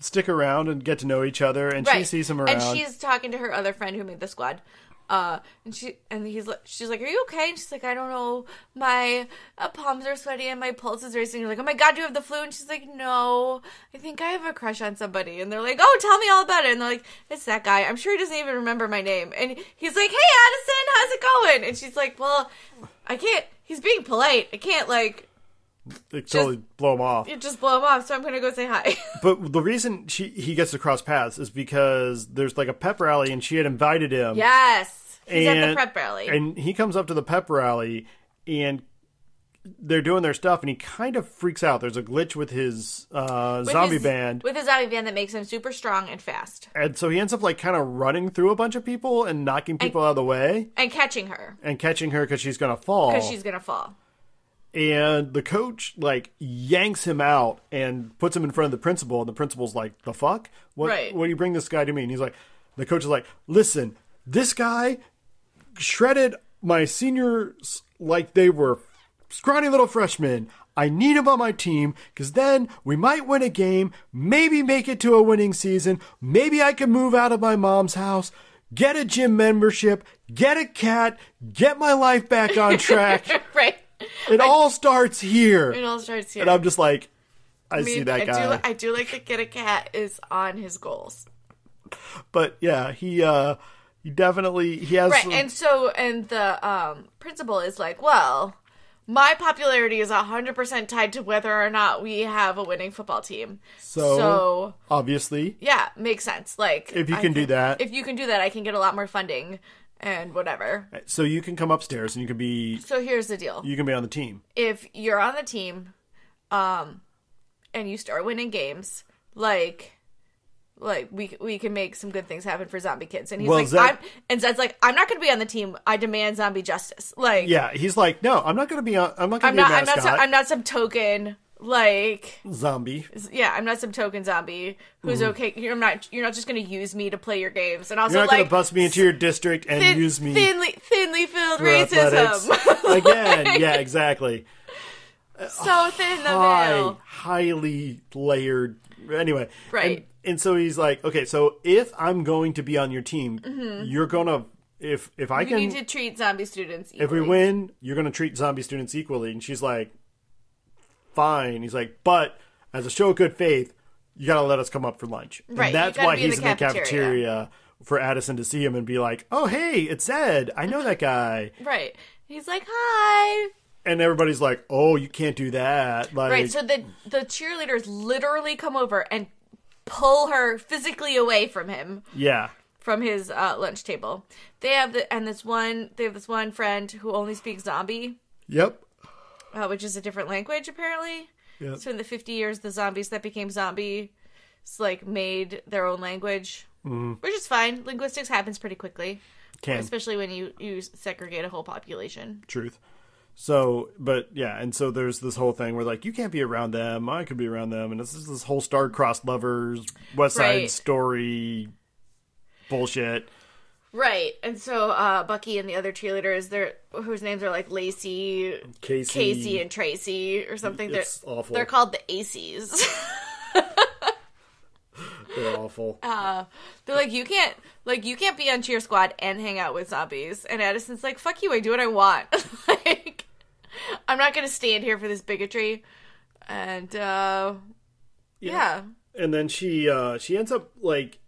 Speaker 1: stick around and get to know each other, and she sees him around.
Speaker 2: And she's talking to her other friend who made the squad. Uh, and she and he's like, she's like, "Are you okay?" And she's like, "I don't know. My uh, palms are sweaty and my pulse is racing." You're like, "Oh my god, do you have the flu?" And she's like, "No, I think I have a crush on somebody." And they're like, "Oh, tell me all about it." And they're like, "It's that guy. I'm sure he doesn't even remember my name." And he's like, "Hey, Addison, how's it going?" And she's like, "Well, I can't." He's being polite. I can't like
Speaker 1: It totally blow him off.
Speaker 2: just blow him off. So I'm gonna go say hi.
Speaker 1: But the reason she he gets to cross paths is because there's like a pep rally, and she had invited him.
Speaker 2: yes, he's
Speaker 1: and,
Speaker 2: at the prep rally.
Speaker 1: And he comes up to the pep rally and they're doing their stuff and he kind of freaks out. There's a glitch with his uh,
Speaker 2: With
Speaker 1: zombie
Speaker 2: his-
Speaker 1: band.
Speaker 2: with a zombie band that makes him super strong and fast
Speaker 1: and so he ends up like kind of running through a bunch of people and knocking people out of the way
Speaker 2: and catching her
Speaker 1: and catching her because she's going to fall.
Speaker 2: because she's gonna fall.
Speaker 1: And the coach like yanks him out and puts him in front of the principal. And the principal's like, the fuck? What,
Speaker 2: Right.
Speaker 1: what do you bring this guy to me? And he's like, the coach is like, listen, this guy shredded my seniors like they were scrawny little freshmen. I need him on my team because then we might win a game, maybe make it to a winning season. Maybe I can move out of my mom's house, get a gym membership, get a cat, get my life back on track.
Speaker 2: right.
Speaker 1: It all starts here.
Speaker 2: It all starts here.
Speaker 1: and I'm just like, I,
Speaker 2: I mean,
Speaker 1: see that
Speaker 2: I
Speaker 1: guy.
Speaker 2: Do, I do like that Get a Cat is on his goals.
Speaker 1: but yeah, he uh he definitely he has
Speaker 2: Right.
Speaker 1: some-
Speaker 2: And so, and the um, principal is like, well, my popularity is 100% tied to whether or not we have a winning football team.
Speaker 1: so,
Speaker 2: so
Speaker 1: obviously
Speaker 2: yeah, makes sense. Like,
Speaker 1: if you
Speaker 2: I
Speaker 1: can do that.
Speaker 2: If you can do that, I can get a lot more funding and whatever.
Speaker 1: so you can come upstairs and you can be
Speaker 2: So here's the deal.
Speaker 1: you can be on the team.
Speaker 2: if you're on the team um and you start winning games like like we we can make some good things happen for zombie kids and he's
Speaker 1: Well,
Speaker 2: like
Speaker 1: Zed-
Speaker 2: I'm, and Zed's like I'm not going to be on the team I demand zombie justice like
Speaker 1: Yeah, he's like, no, I'm not gonna be on. I'm not gonna
Speaker 2: I'm
Speaker 1: be
Speaker 2: not
Speaker 1: a
Speaker 2: I'm not
Speaker 1: mascot.
Speaker 2: some, I'm not some token like
Speaker 1: Zombie.
Speaker 2: s- yeah I'm not some token zombie who's okay you're not you're not just going to use me to play your games and also
Speaker 1: Mm-hmm. You're not gonna
Speaker 2: like
Speaker 1: bust me into your district and
Speaker 2: thin-
Speaker 1: use me
Speaker 2: thinly thinly filled
Speaker 1: for athletics
Speaker 2: racism
Speaker 1: again. Yeah, exactly.
Speaker 2: so thin the
Speaker 1: high,
Speaker 2: veil
Speaker 1: highly layered. Anyway,
Speaker 2: Right.
Speaker 1: And, and so he's like, okay, so if I'm going to be on your team, you're gonna if if I
Speaker 2: we
Speaker 1: can
Speaker 2: Mm-hmm. need to treat zombie students equally.
Speaker 1: if we win, you're gonna treat zombie students equally. And she's like, fine. He's like, but as a show of good faith, you gotta let us come up for lunch.
Speaker 2: Right, you
Speaker 1: And that's
Speaker 2: gotta
Speaker 1: why
Speaker 2: be in
Speaker 1: he's in
Speaker 2: the
Speaker 1: the
Speaker 2: cafeteria.
Speaker 1: cafeteria for Addison to see him and be like, oh hey, it's Ed. I know that guy.
Speaker 2: Right. He's like, hi.
Speaker 1: And everybody's like, oh, you can't do that. Like,
Speaker 2: Right. So the the cheerleaders literally come over and pull her physically away from him,
Speaker 1: yeah.
Speaker 2: from his uh, lunch table. They have the and this one they have this one friend who only speaks zombie,
Speaker 1: Yep.
Speaker 2: uh, which is a different language apparently.
Speaker 1: Yep.
Speaker 2: So in the fifty years, the zombies that became zombies like made their own language, which is fine. Linguistics happens pretty quickly,
Speaker 1: Can
Speaker 2: especially when you you segregate a whole population.
Speaker 1: truth. So, but yeah, and so there's this whole thing where like you can't be around them, I could be around them, and it's just this whole star-crossed lovers West Side
Speaker 2: Right.
Speaker 1: Story bullshit.
Speaker 2: Right. And so uh, Bucky and the other cheerleaders, they're whose names are like Lacey,
Speaker 1: Casey,
Speaker 2: Casey, and Tracy or something. They're,
Speaker 1: It's awful.
Speaker 2: they're called the Aces.
Speaker 1: they're awful.
Speaker 2: Uh. they're like, you can't like you can't be on cheer squad and hang out with zombies. And Addison's like, fuck you, I do what I want. like I'm not gonna stand here for this bigotry. And uh yeah.
Speaker 1: and then she uh she ends up like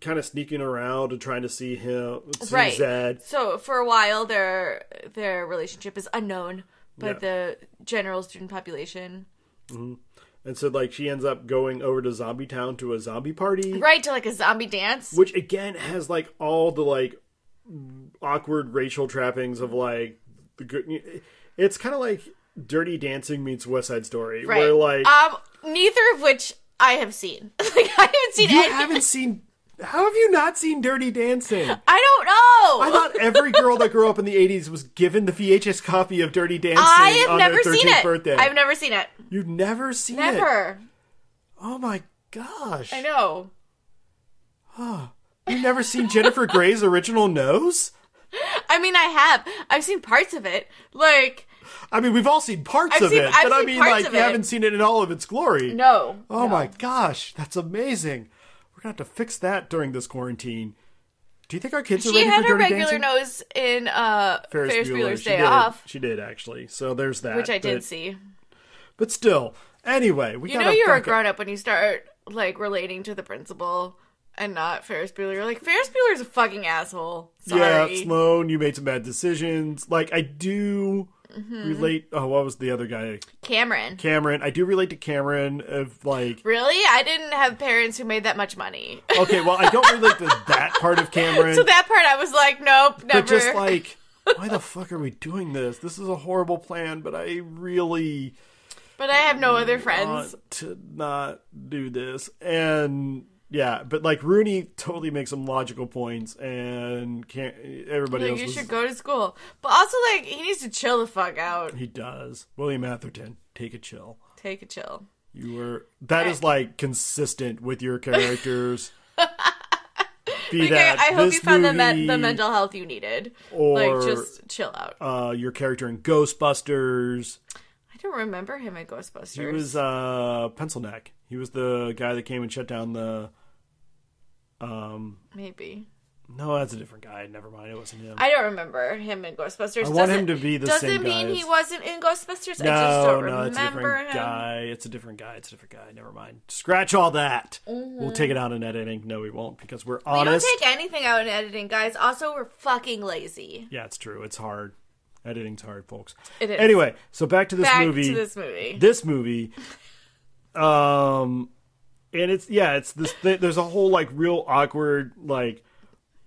Speaker 1: kind of sneaking around and trying to see him, see
Speaker 2: Right.
Speaker 1: Zed.
Speaker 2: So for a while their their relationship is unknown by the general student population.
Speaker 1: and so like she ends up going over to Zombie Town to a zombie party.
Speaker 2: Right to like a zombie dance.
Speaker 1: which again has like all the like awkward racial trappings of like the good. It's kind of like Dirty Dancing meets West Side Story,
Speaker 2: Right.
Speaker 1: where like
Speaker 2: um, neither of which I have seen. like I haven't seen
Speaker 1: you
Speaker 2: any.
Speaker 1: haven't seen. How have you not seen Dirty Dancing?
Speaker 2: I don't
Speaker 1: I
Speaker 2: know.
Speaker 1: thought every girl that grew up in the '80s was given the VHS copy of Dirty Dancing
Speaker 2: I have
Speaker 1: on
Speaker 2: never
Speaker 1: their 13th
Speaker 2: seen it.
Speaker 1: birthday.
Speaker 2: I've never seen it.
Speaker 1: You've never seen it.
Speaker 2: Never.
Speaker 1: Oh my gosh!
Speaker 2: I know.
Speaker 1: You've never seen Jennifer Grey's original nose?
Speaker 2: I mean, I have. I've seen parts of it. Like
Speaker 1: I mean, we've all seen parts
Speaker 2: I've
Speaker 1: of
Speaker 2: seen-
Speaker 1: it,
Speaker 2: I've
Speaker 1: but I
Speaker 2: seen
Speaker 1: mean,
Speaker 2: parts
Speaker 1: like,
Speaker 2: of
Speaker 1: you
Speaker 2: it.
Speaker 1: haven't seen it in all of its glory.
Speaker 2: no.
Speaker 1: Oh my gosh, that's amazing. We're gonna have to fix that during this quarantine. Do you think our kids are
Speaker 2: She
Speaker 1: ready
Speaker 2: had
Speaker 1: for
Speaker 2: her
Speaker 1: Dirty
Speaker 2: regular
Speaker 1: Dancing?
Speaker 2: nose in uh, Ferris, Bueller's
Speaker 1: she
Speaker 2: Day
Speaker 1: did.
Speaker 2: Off,
Speaker 1: She did actually. So there's that.
Speaker 2: which I did
Speaker 1: but,
Speaker 2: see.
Speaker 1: But still, anyway, we
Speaker 2: You
Speaker 1: got
Speaker 2: know, you're a
Speaker 1: bucket.
Speaker 2: grown up when you start like relating to the principal and not Ferris Bueller. You're like Ferris Bueller's a fucking asshole. Sorry.
Speaker 1: Yeah, Sloan, you made some bad decisions. Like I do
Speaker 2: Mm-hmm.
Speaker 1: relate. Oh, what was the other guy?
Speaker 2: Cameron.
Speaker 1: Cameron. I do relate to Cameron. Of like,
Speaker 2: Really? I didn't have parents who made that much money.
Speaker 1: okay, well, I don't relate to that part of Cameron.
Speaker 2: so that part I was like, nope, never.
Speaker 1: but just like, why the fuck are we doing this? This is a horrible plan. But I really
Speaker 2: but I have no
Speaker 1: Mm,
Speaker 2: other friends.
Speaker 1: want to not do this. And yeah, but like Rooney totally makes some logical points, and can't everybody
Speaker 2: Like,
Speaker 1: else?
Speaker 2: you
Speaker 1: was-
Speaker 2: should go to school. But also, like, he needs to chill the fuck out.
Speaker 1: He does. William Atherton, take a chill.
Speaker 2: Take a chill.
Speaker 1: You were that is like consistent with your characters. Be
Speaker 2: Like,
Speaker 1: that
Speaker 2: I, I hope
Speaker 1: this
Speaker 2: you found the,
Speaker 1: movie
Speaker 2: men- the mental health you needed.
Speaker 1: or
Speaker 2: like, just chill out.
Speaker 1: uh, your character in Ghostbusters.
Speaker 2: I don't remember him in Ghostbusters.
Speaker 1: He was uh, pencil neck. He was the guy that came and shut down the. Um,
Speaker 2: Maybe.
Speaker 1: no, that's a different guy. Never mind, it wasn't him.
Speaker 2: I don't remember him in Ghostbusters.
Speaker 1: I want
Speaker 2: Doesn't-
Speaker 1: him to be the
Speaker 2: Doesn't
Speaker 1: same
Speaker 2: mean
Speaker 1: guy
Speaker 2: he
Speaker 1: as-
Speaker 2: wasn't in Ghostbusters. I
Speaker 1: no,
Speaker 2: just don't
Speaker 1: no, it's a
Speaker 2: remember
Speaker 1: different
Speaker 2: him.
Speaker 1: guy. It's a different guy. It's a different guy. Never mind. Scratch all that. We'll take it out in editing. No, we won't because we're
Speaker 2: We don't
Speaker 1: honest.
Speaker 2: take anything out in editing, guys. Also, we're fucking lazy.
Speaker 1: Yeah, it's true. It's hard. Editing's hard, folks.
Speaker 2: It is.
Speaker 1: Anyway, so back to this
Speaker 2: Back
Speaker 1: movie.
Speaker 2: to this movie.
Speaker 1: This movie. Um, and it's yeah, it's this. Th- there's a whole like real awkward like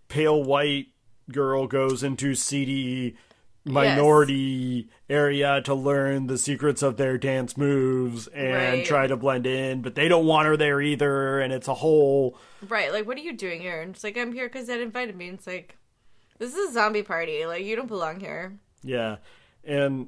Speaker 1: pale white girl goes into seedy minority area to learn the secrets of their dance moves and
Speaker 2: Right.
Speaker 1: try to blend in, but they don't want her there either, and it's a whole
Speaker 2: Right, like, what are you doing here? And it's like, I'm here because Ed invited me. And it's like, this is a zombie party. Like, you don't belong here.
Speaker 1: yeah, and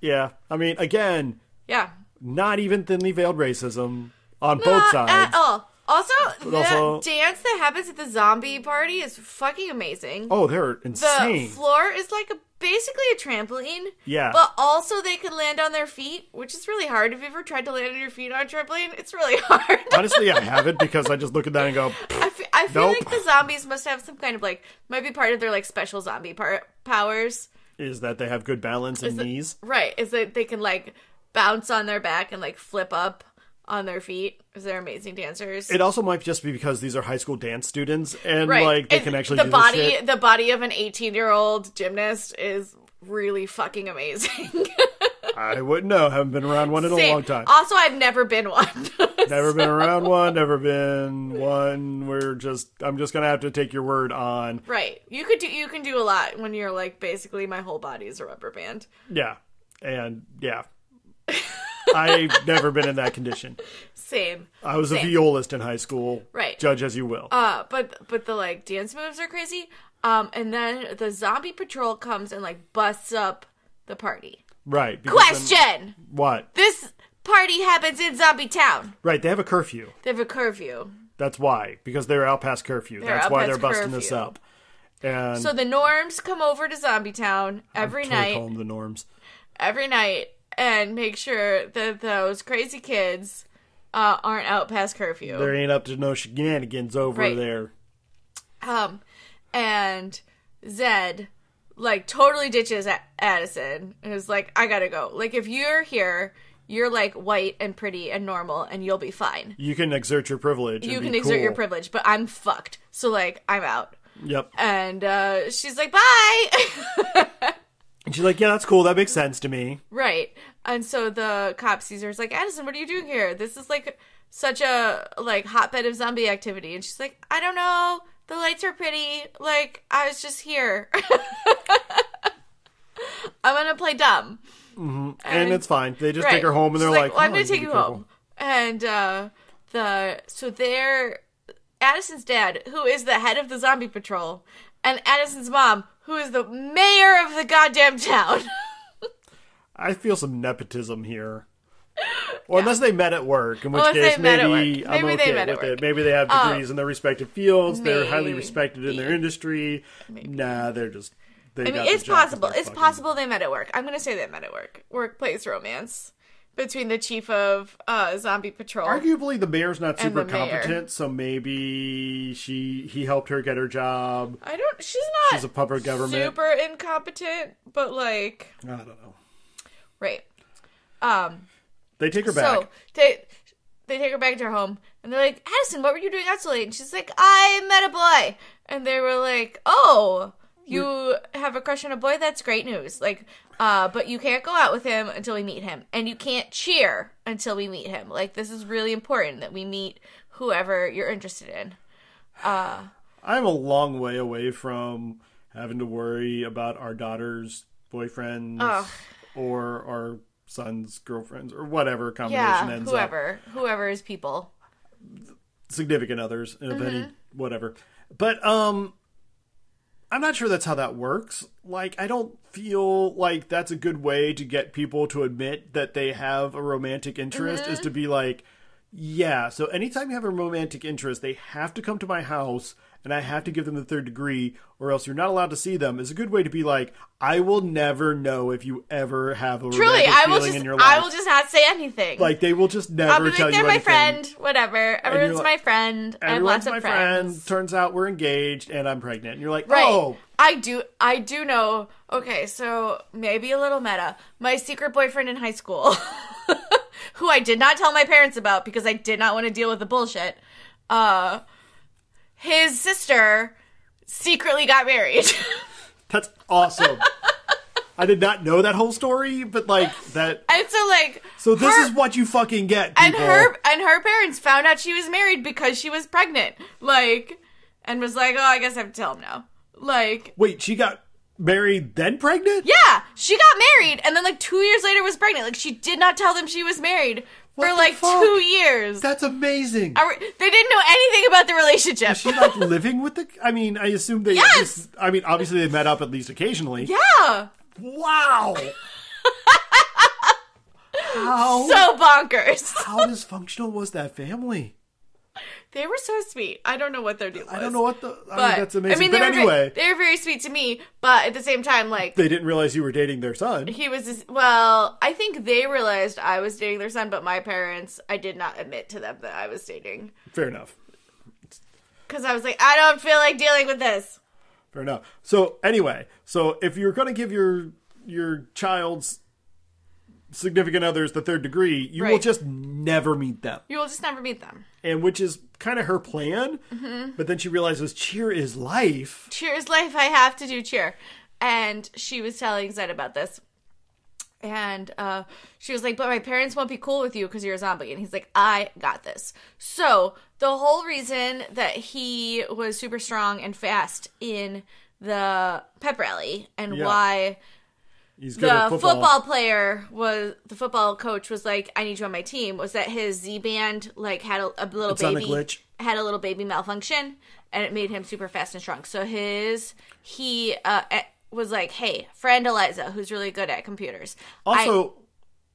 Speaker 1: yeah. I mean, again.
Speaker 2: Yeah.
Speaker 1: not even thinly veiled racism on both
Speaker 2: Not
Speaker 1: sides.
Speaker 2: Uh, At all. Also, the
Speaker 1: also-
Speaker 2: dance that happens at the zombie party is fucking amazing.
Speaker 1: Oh, they're
Speaker 2: the
Speaker 1: insane.
Speaker 2: floor is like a basically a trampoline.
Speaker 1: Yeah.
Speaker 2: But also they can land on their feet, which is really hard. If you ever tried to land on your feet on a trampoline, it's really hard.
Speaker 1: Honestly, I haven't because I just look at that and go,
Speaker 2: I fe- I feel
Speaker 1: Nope.
Speaker 2: like the zombies must have some kind of like might be part of their like special zombie par- powers.
Speaker 1: is that they have good balance and knees?
Speaker 2: Right, is that they can like bounce on their back and like flip up on their feet. Is they're amazing dancers.
Speaker 1: It also might just be because these are high school dance students and
Speaker 2: right,
Speaker 1: like they
Speaker 2: and
Speaker 1: can actually
Speaker 2: the
Speaker 1: do this
Speaker 2: body
Speaker 1: shit.
Speaker 2: the body of an eighteen year old gymnast is really fucking amazing.
Speaker 1: I wouldn't know. Haven't been around one in
Speaker 2: Same.
Speaker 1: a long time.
Speaker 2: Also, I've never been one.
Speaker 1: Never been around one. Never been one. We're just. I'm just gonna have to take your word on.
Speaker 2: Right. You could do you can do a lot when you're like basically my whole body is a rubber band.
Speaker 1: Yeah, and yeah. I've never been in that condition.
Speaker 2: Same.
Speaker 1: I was a
Speaker 2: Same.
Speaker 1: violist in high school.
Speaker 2: Right.
Speaker 1: Judge as you will.
Speaker 2: Uh but but the like dance moves are crazy. Um and then the zombie patrol comes and like busts up the party.
Speaker 1: right. because then-
Speaker 2: Question.
Speaker 1: What?
Speaker 2: This party happens in Zombie Town.
Speaker 1: Right, they have a curfew.
Speaker 2: They have a curfew.
Speaker 1: That's why, because they're out past curfew.
Speaker 2: They're
Speaker 1: That's
Speaker 2: out
Speaker 1: why
Speaker 2: past
Speaker 1: they're busting this
Speaker 2: curfew.
Speaker 1: up. And
Speaker 2: So the norms come over to Zombie Town every
Speaker 1: totally
Speaker 2: night
Speaker 1: call them the norms.
Speaker 2: every night and make sure that those crazy kids uh, aren't out past curfew.
Speaker 1: There ain't up to no shenanigans over
Speaker 2: Right.
Speaker 1: there.
Speaker 2: Um, and Zed like totally ditches A- Addison and is like, I gotta go. Like, if you're here, you're like white and pretty and normal, and you'll be fine.
Speaker 1: You can exert your privilege.
Speaker 2: You
Speaker 1: and be
Speaker 2: can exert your
Speaker 1: cool.
Speaker 2: privilege, but I'm fucked. So like, I'm out.
Speaker 1: Yep.
Speaker 2: And uh, she's like, bye.
Speaker 1: And she's like, yeah, that's cool. That makes sense to me.
Speaker 2: right. And so the cop sees her. Is like, Addison, what are you doing here? This is like such a like hotbed of zombie activity. And she's like, I don't know. The lights are pretty. Like, I was just here. I'm gonna play dumb.
Speaker 1: And,
Speaker 2: And-
Speaker 1: it's fine. They just
Speaker 2: Right.
Speaker 1: take her home and
Speaker 2: She's
Speaker 1: they're like,
Speaker 2: well, I'm
Speaker 1: "Oh,
Speaker 2: gonna
Speaker 1: be
Speaker 2: take you
Speaker 1: careful."
Speaker 2: home. And uh the so they're Addison's dad, who is the head of the zombie patrol, and Addison's mom, who is the mayor of the goddamn town.
Speaker 1: I feel some nepotism here. Or unless they met at work, in which
Speaker 2: Unless they
Speaker 1: case
Speaker 2: met at
Speaker 1: maybe
Speaker 2: work.
Speaker 1: I'm
Speaker 2: Maybe
Speaker 1: okay
Speaker 2: they met at
Speaker 1: with it.
Speaker 2: work. Oh.
Speaker 1: Maybe they have degrees in their respective fields. They're highly
Speaker 2: maybe.
Speaker 1: respected in their industry. Nah, they're just. They
Speaker 2: I mean, it's possible. It's possible they met at work. I'm gonna say they met at work. Workplace romance. between the chief of uh, zombie patrol.
Speaker 1: Arguably, the mayor's not
Speaker 2: And
Speaker 1: super
Speaker 2: the mayor.
Speaker 1: competent, so maybe she he helped her get her job.
Speaker 2: I don't. She's not.
Speaker 1: She's a puppet of government.
Speaker 2: Super incompetent, but like
Speaker 1: I don't know.
Speaker 2: right. Um.
Speaker 1: They take her back.
Speaker 2: So they they take her back to her home, and they're like, "Addison, what were you doing out so late?" And she's like, "I met a boy," and they were like, "Oh." You have a crush on a boy? That's great news. Like, uh, but you can't go out with him until we meet him, and you can't cheer until we meet him. Like, this is really important that we meet whoever you're interested in.
Speaker 1: I'm a long way away from having to worry about our daughter's boyfriends
Speaker 2: Ugh.
Speaker 1: or our son's girlfriends or whatever combination
Speaker 2: Yeah,
Speaker 1: ends up.
Speaker 2: whoever, whoever is people.
Speaker 1: significant others of any
Speaker 2: Mm-hmm.
Speaker 1: whatever. But um I'm not sure that's how that works. Like I don't feel like that's a good way to get people to admit that they have a romantic interest
Speaker 2: Mm-hmm.
Speaker 1: is to be like yeah, so anytime you have a romantic interest, they have to come to my house and I have to give them the third degree or else you're not allowed to see them. Is a good way to be like I will never know if you ever have a
Speaker 2: Truly,
Speaker 1: romantic
Speaker 2: I will
Speaker 1: feeling
Speaker 2: just
Speaker 1: in your life.
Speaker 2: I will just not say anything.
Speaker 1: like they will just never
Speaker 2: I'll be
Speaker 1: tell
Speaker 2: like,
Speaker 1: you
Speaker 2: they're my
Speaker 1: anything.
Speaker 2: friend, whatever. Everyone's
Speaker 1: like,
Speaker 2: my friend. I have
Speaker 1: Everyone's
Speaker 2: lots
Speaker 1: my
Speaker 2: of
Speaker 1: friend.
Speaker 2: friends.
Speaker 1: Turns out we're engaged and I'm pregnant. And you're like,
Speaker 2: Right.
Speaker 1: oh,
Speaker 2: I do I do know okay, so maybe a little meta. My secret boyfriend in high school who I did not tell my parents about because I did not want to deal with the bullshit. Uh his sister secretly got married.
Speaker 1: that's awesome. I did not know that whole story, but like that.
Speaker 2: and so like
Speaker 1: So this
Speaker 2: her-
Speaker 1: is what you fucking get,
Speaker 2: and
Speaker 1: people.
Speaker 2: her and her parents found out she was married because she was pregnant like and was like oh i guess i have to tell him now like
Speaker 1: Wait, she got married then pregnant?
Speaker 2: yeah she got married and then like two years later was pregnant like she did not tell them she was married
Speaker 1: the
Speaker 2: for like
Speaker 1: fuck?
Speaker 2: two years
Speaker 1: That's amazing.
Speaker 2: Our- they didn't know anything about the relationship
Speaker 1: She like living with the. I mean, I assume they.
Speaker 2: Yes!
Speaker 1: just- I mean, obviously they met up at least occasionally.
Speaker 2: yeah
Speaker 1: Wow. how
Speaker 2: so bonkers
Speaker 1: how dysfunctional was that family?
Speaker 2: they were so sweet i don't know what their deal was
Speaker 1: I don't know what the. I
Speaker 2: but
Speaker 1: mean, that's amazing.
Speaker 2: i mean they,
Speaker 1: but
Speaker 2: were very-
Speaker 1: anyway,
Speaker 2: they were very sweet to me but at the same time like
Speaker 1: they didn't realize you were dating their son.
Speaker 2: he was this, well i think they realized i was dating their son but my parents i did not admit to them that i was dating
Speaker 1: Fair enough.
Speaker 2: because i was like i don't feel like dealing with this
Speaker 1: Fair enough. So anyway, so if you're going to give your your child's significant others the third degree, you will
Speaker 2: Right.
Speaker 1: just never meet them,
Speaker 2: you will just never meet them
Speaker 1: and which is kind of her plan.
Speaker 2: Mm-hmm.
Speaker 1: But then she realizes cheer is life.
Speaker 2: cheers life i have to do cheer and she was telling zed about this and uh, she was like but my parents won't be cool with you because you're a zombie and he's like i got this so the whole reason that he was super strong and fast in the pep rally and
Speaker 1: Yeah.
Speaker 2: why
Speaker 1: He's good
Speaker 2: the
Speaker 1: at
Speaker 2: football.
Speaker 1: football.
Speaker 2: player was the football coach was like, "I need you on my team." Was that his Z band like had a, a little
Speaker 1: on a
Speaker 2: baby
Speaker 1: glitch.
Speaker 2: had a little baby malfunction, and it made him super fast and strong. So his he uh, eh, was like, "Hey, friend Eliza, who's really good at computers." I-
Speaker 1: Also,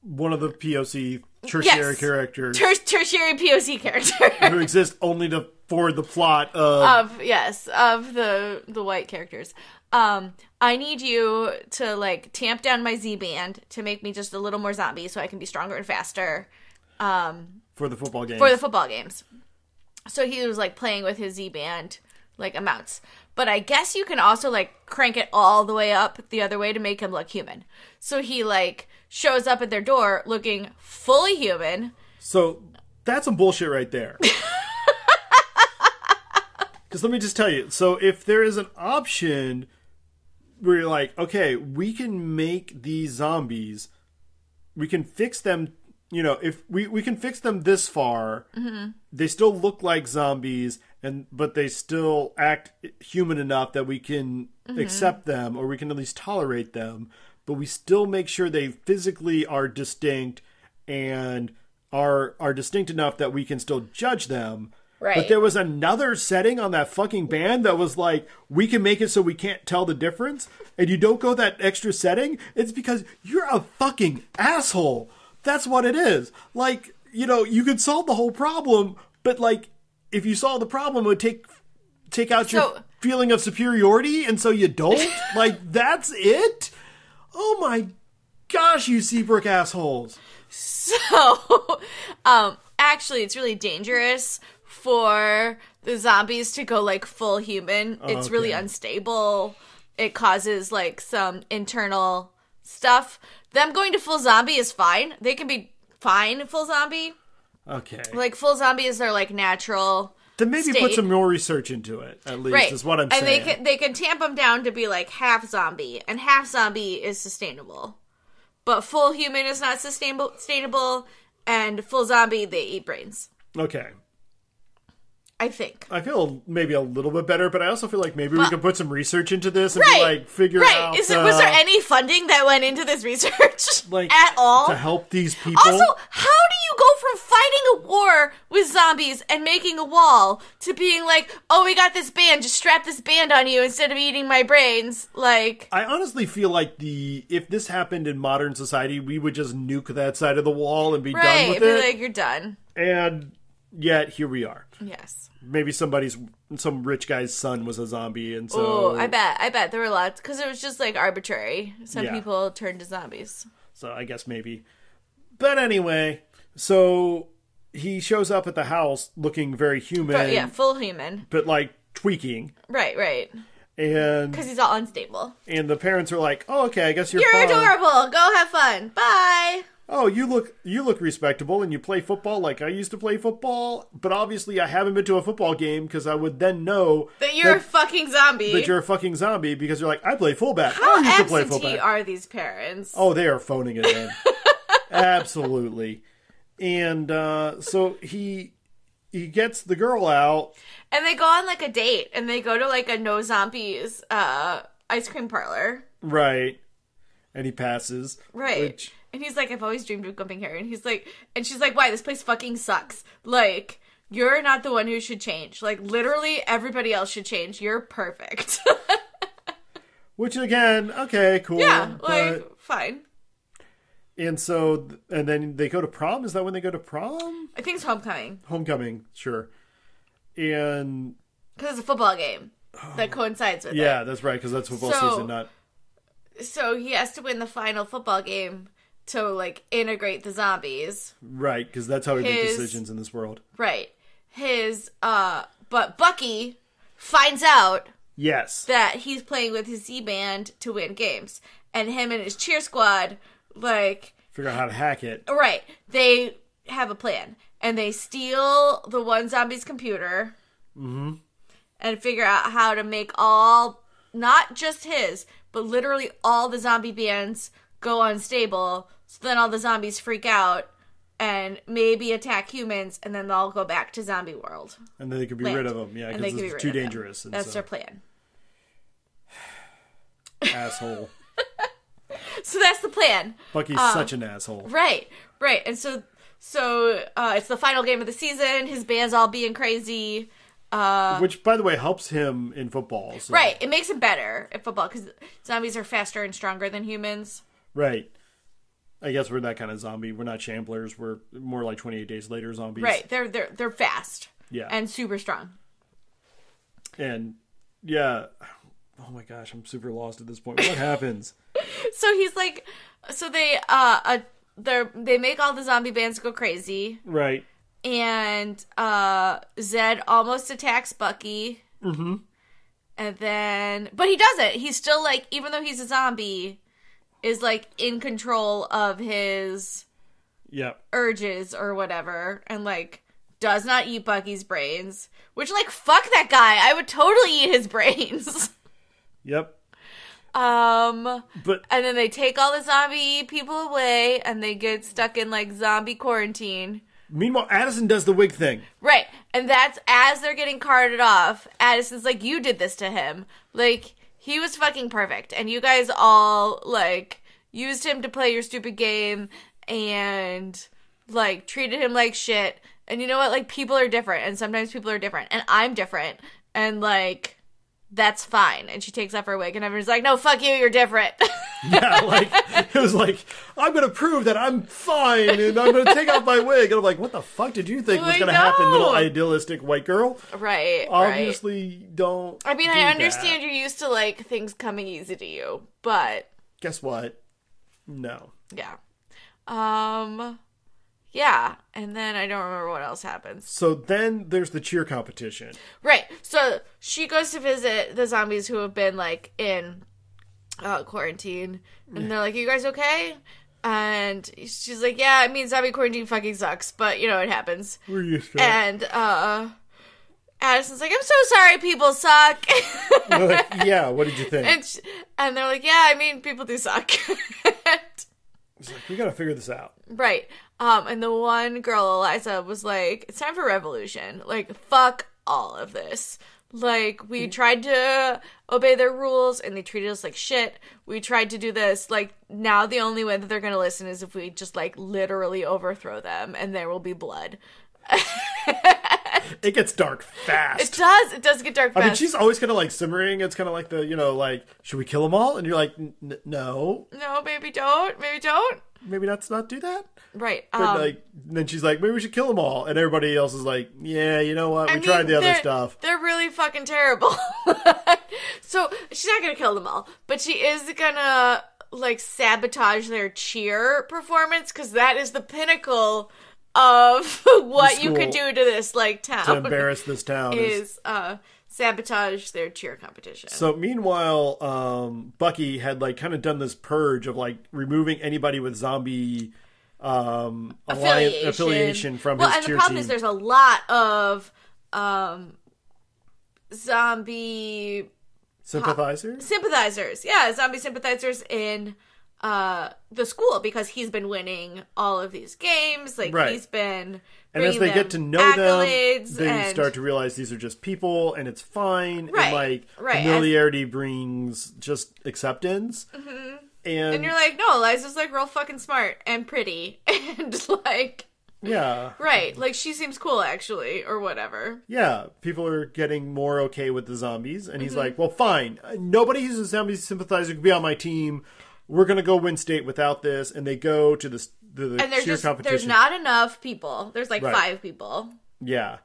Speaker 1: one of the POC tertiary
Speaker 2: Yes.
Speaker 1: characters
Speaker 2: ter- tertiary POC character
Speaker 1: who exists only to forward the plot of
Speaker 2: of yes of the the white characters. Um, I need you to like tamp down my Z band to make me just a little more zombie, so I can be stronger and faster. Um,
Speaker 1: for the football game.
Speaker 2: for the football games. So he was like playing with his Z band like amounts. But I guess you can also like crank it all the way up the other way to make him look human. So he like shows up at their door looking fully human.
Speaker 1: So that's some bullshit right there. Because let me just tell you. So if there is an option where you're like, okay, we can make these zombies, we can fix them. You know, if we we can fix them this far, they still look like zombies, and but they still act human enough that we can accept them or we can at least tolerate them. But we still make sure they physically are distinct and are are distinct enough that we can still judge them. But
Speaker 2: Right.
Speaker 1: there was another setting on that fucking band that was like, we can make it so we can't tell the difference, and you don't go that extra setting. It's because you're a fucking asshole. That's what it is. Like, you know, you could solve the whole problem, but like, if you solve the problem, it would take take out your
Speaker 2: So-
Speaker 1: feeling of superiority, and so you don't. like, that's it. Oh my gosh, you Seabrook assholes.
Speaker 2: So, um, actually, it's really dangerous for the zombies to go like full human. It's really
Speaker 1: Oh, Okay.
Speaker 2: unstable. It causes like some internal stuff. Them going to full zombie is fine. They can be fine full zombie.
Speaker 1: Okay.
Speaker 2: Like full zombie is their like natural.
Speaker 1: then maybe put
Speaker 2: state.
Speaker 1: some more research into it, at least,
Speaker 2: Right.
Speaker 1: is what I'm
Speaker 2: and
Speaker 1: saying.
Speaker 2: they can they can tamp them down to be like half zombie, and half zombie is sustainable, but full human is not sustainable. Sustainable, and full zombie they eat brains.
Speaker 1: Okay.
Speaker 2: I think.
Speaker 1: I feel maybe a little bit better, but I also feel like maybe we could put some research into this and
Speaker 2: Right.
Speaker 1: like figure
Speaker 2: Right.
Speaker 1: out
Speaker 2: Is it, was there
Speaker 1: uh,
Speaker 2: any funding that went into this research
Speaker 1: like
Speaker 2: at all?
Speaker 1: to help these people.
Speaker 2: Also, how do you go from fighting a war with zombies and making a wall to being like, "Oh, we got this band. Just strap this band on you instead of eating my brains." Like,
Speaker 1: I honestly feel like the if this happened in modern society, we would just nuke that side of the wall and be done
Speaker 2: right?
Speaker 1: with
Speaker 2: Be
Speaker 1: it.
Speaker 2: like, "You're done."
Speaker 1: and yet here we are.
Speaker 2: Yes.
Speaker 1: Maybe somebody's some rich guy's son was a zombie, and so
Speaker 2: Oh, I bet. I bet there were lots because it was just like arbitrary. Some
Speaker 1: Yeah.
Speaker 2: people turned to zombies.
Speaker 1: So I guess maybe. But anyway, so he shows up at the house looking very human,
Speaker 2: But yeah, full human.
Speaker 1: but like tweaking,
Speaker 2: Right, right.
Speaker 1: and
Speaker 2: Because he's all unstable.
Speaker 1: and the parents are like, "Oh, okay, I guess you're,
Speaker 2: You're
Speaker 1: fine.
Speaker 2: adorable. Go have fun. Bye.
Speaker 1: Oh, you look you look respectable, and you play football like I used to play football. But obviously, I haven't been to a football game because I would then know
Speaker 2: That you're a fucking zombie.
Speaker 1: that you're a fucking zombie because you're like, I play fullback. I
Speaker 2: How
Speaker 1: used to play
Speaker 2: absentee
Speaker 1: fullback.
Speaker 2: are these parents?
Speaker 1: Oh, they are phoning it in. Absolutely. And uh, so he he gets the girl out.
Speaker 2: And they go on like a date and they go to like a no zombies uh, ice cream parlor.
Speaker 1: Right. And he passes.
Speaker 2: Right.
Speaker 1: Which,
Speaker 2: And he's like, I've always dreamed of coming here. And he's like, and she's like, why? This place fucking sucks. Like, you're not the one who should change. Like, literally everybody else should change. You're perfect.
Speaker 1: which again, okay, cool.
Speaker 2: yeah.
Speaker 1: but-
Speaker 2: Like, fine.
Speaker 1: and so, and then they go to prom. Is that when they go to prom?
Speaker 2: I think it's homecoming
Speaker 1: Homecoming, sure. And
Speaker 2: because it's a football game that coincides with
Speaker 1: yeah, that's right, because that's football
Speaker 2: So-
Speaker 1: season, not
Speaker 2: it. So he has to win the final football game to like integrate the zombies.
Speaker 1: right, because that's how we make
Speaker 2: His-
Speaker 1: decisions in this world.
Speaker 2: Right. His, uh, but Bucky finds out
Speaker 1: Yes.
Speaker 2: that he's playing with his Z band to win games. And him and his cheer squad, like,
Speaker 1: Figure out how to hack it.
Speaker 2: right, they have a plan. And they steal the one zombie's computer and figure out how to make all, not just his, but literally all the zombie bands go unstable. So then all the zombies freak out and maybe attack humans and then they'll go back to zombie world.
Speaker 1: And then they could be rid of them. Yeah,
Speaker 2: And they
Speaker 1: because
Speaker 2: can be rid
Speaker 1: it's too
Speaker 2: of them.
Speaker 1: dangerous. And
Speaker 2: That's
Speaker 1: so,
Speaker 2: their plan.
Speaker 1: asshole.
Speaker 2: So that's the plan.
Speaker 1: Bucky's
Speaker 2: Um,
Speaker 1: such an asshole.
Speaker 2: Right, right. And so, so uh, it's the final game of the season. His band's all being crazy. Uh,
Speaker 1: Which, by the way, helps him in football. so-
Speaker 2: right, it makes him better at football because zombies are faster and stronger than humans.
Speaker 1: Right. I guess we're that kind of zombie. We're not shamblers. We're more like 28 Days Later zombies.
Speaker 2: Right, they're they're they're fast.
Speaker 1: Yeah.
Speaker 2: and super strong.
Speaker 1: And yeah. Oh my gosh, I'm super lost at this point. What happens?
Speaker 2: So he's like, so they uh, uh they they make all the zombie bands go crazy,
Speaker 1: Right.
Speaker 2: and uh Zed almost attacks Bucky. Mm-hmm. And then, but he doesn't. He's still like, even though he's a zombie, is like in control of his
Speaker 1: Yeah.
Speaker 2: urges or whatever, and like does not eat Bucky's brains. Which, like, fuck that guy. I would totally eat his brains.
Speaker 1: Yep.
Speaker 2: um,
Speaker 1: But
Speaker 2: and then they take all the zombie people away, and they get stuck in like zombie quarantine.
Speaker 1: meanwhile, Addison does the wig thing.
Speaker 2: Right. And that's as they're getting carted off, Addison's like, You did this to him. Like, he was fucking perfect. And you guys all, like, used him to play your stupid game and, like, treated him like shit. And you know what? Like, people are different. And sometimes people are different. And I'm different. And, like, that's fine. And she takes off her wig, and everyone's like, No, fuck you. You're different.
Speaker 1: Yeah, like it was like I'm gonna prove that I'm fine, and I'm gonna take off my wig. And I'm like, what the fuck did you think was
Speaker 2: I
Speaker 1: gonna happen, little
Speaker 2: know.
Speaker 1: idealistic white girl?
Speaker 2: right. Obviously. Right.
Speaker 1: Obviously, don't.
Speaker 2: I mean,
Speaker 1: do
Speaker 2: I
Speaker 1: that.
Speaker 2: understand you're used to, like, things coming easy to you, but.
Speaker 1: Guess what? No.
Speaker 2: Yeah. Um yeah, and then I don't remember what else happens.
Speaker 1: So then there's the cheer competition.
Speaker 2: Right. So she goes to visit the zombies who have been like in uh, quarantine, and they're like, "You guys okay?" And she's like, "Yeah, I mean, zombie quarantine fucking sucks, but you know it happens."
Speaker 1: We're used to it.
Speaker 2: And uh, Addison's like, "I'm so sorry, people suck,"
Speaker 1: Like, yeah, what did you think?
Speaker 2: and, sh and they're like, "Yeah, I mean, people do suck."
Speaker 1: It's like, we got to figure this out.
Speaker 2: Right. Um, and the one girl, Eliza, was like, it's time for revolution. Like, fuck all of this. Like,
Speaker 1: Mm.
Speaker 2: we tried to obey their rules and they treated us like shit. We tried to do this. Like, now the only way that they're going to listen is if we just, like, literally overthrow them and there will be blood.
Speaker 1: It gets dark
Speaker 2: It
Speaker 1: fast.
Speaker 2: does. It does get dark fast.
Speaker 1: I mean, she's always kind of like simmering. It's kind of like the, you know, like, should we kill them all? And you're like, N- n- no,
Speaker 2: no, maybe don't. Maybe don't.
Speaker 1: maybe let's not do that.
Speaker 2: Right.
Speaker 1: But
Speaker 2: um,
Speaker 1: like, then she's like, maybe we should kill them all. And everybody else is like, yeah, you know what? We
Speaker 2: I mean,
Speaker 1: tried the other
Speaker 2: they're-
Speaker 1: stuff.
Speaker 2: They're really fucking terrible. so she's not gonna kill them all, but she is gonna like sabotage their cheer performance because that is the pinnacle of what you could
Speaker 1: school
Speaker 2: do to this like
Speaker 1: To
Speaker 2: town.
Speaker 1: embarrass this town is
Speaker 2: is uh, sabotage their cheer competition.
Speaker 1: So meanwhile, um, Bucky had like kind of done this purge of like removing anybody with zombie um, alliance affiliation. from
Speaker 2: well,
Speaker 1: his
Speaker 2: and
Speaker 1: cheer
Speaker 2: the problem
Speaker 1: team.
Speaker 2: is there's a lot of um, zombie
Speaker 1: Sympathizer.
Speaker 2: sympathizers. Yeah, zombie sympathizers in uh the school because he's been winning all of these games. Like
Speaker 1: Right.
Speaker 2: he's been
Speaker 1: And as
Speaker 2: bringing
Speaker 1: they
Speaker 2: them
Speaker 1: get to know
Speaker 2: accolades
Speaker 1: them, they
Speaker 2: and,
Speaker 1: start to realize these are just people, and it's fine.
Speaker 2: Right,
Speaker 1: And like
Speaker 2: right.
Speaker 1: familiarity brings just acceptance. And,
Speaker 2: Mm-hmm. and you're like, no, Eliza's like real fucking smart and pretty and like
Speaker 1: yeah,
Speaker 2: right, like she seems cool actually or whatever.
Speaker 1: yeah, people are getting more okay with the zombies. And
Speaker 2: Mm-hmm.
Speaker 1: he's like, well, fine. Nobody who's a zombie sympathizer can be on my team. We're going to go win state without this. And they go to this, the, the
Speaker 2: And there's
Speaker 1: cheer
Speaker 2: just there's
Speaker 1: competition.
Speaker 2: not enough people. There's like
Speaker 1: Right.
Speaker 2: five people
Speaker 1: yeah.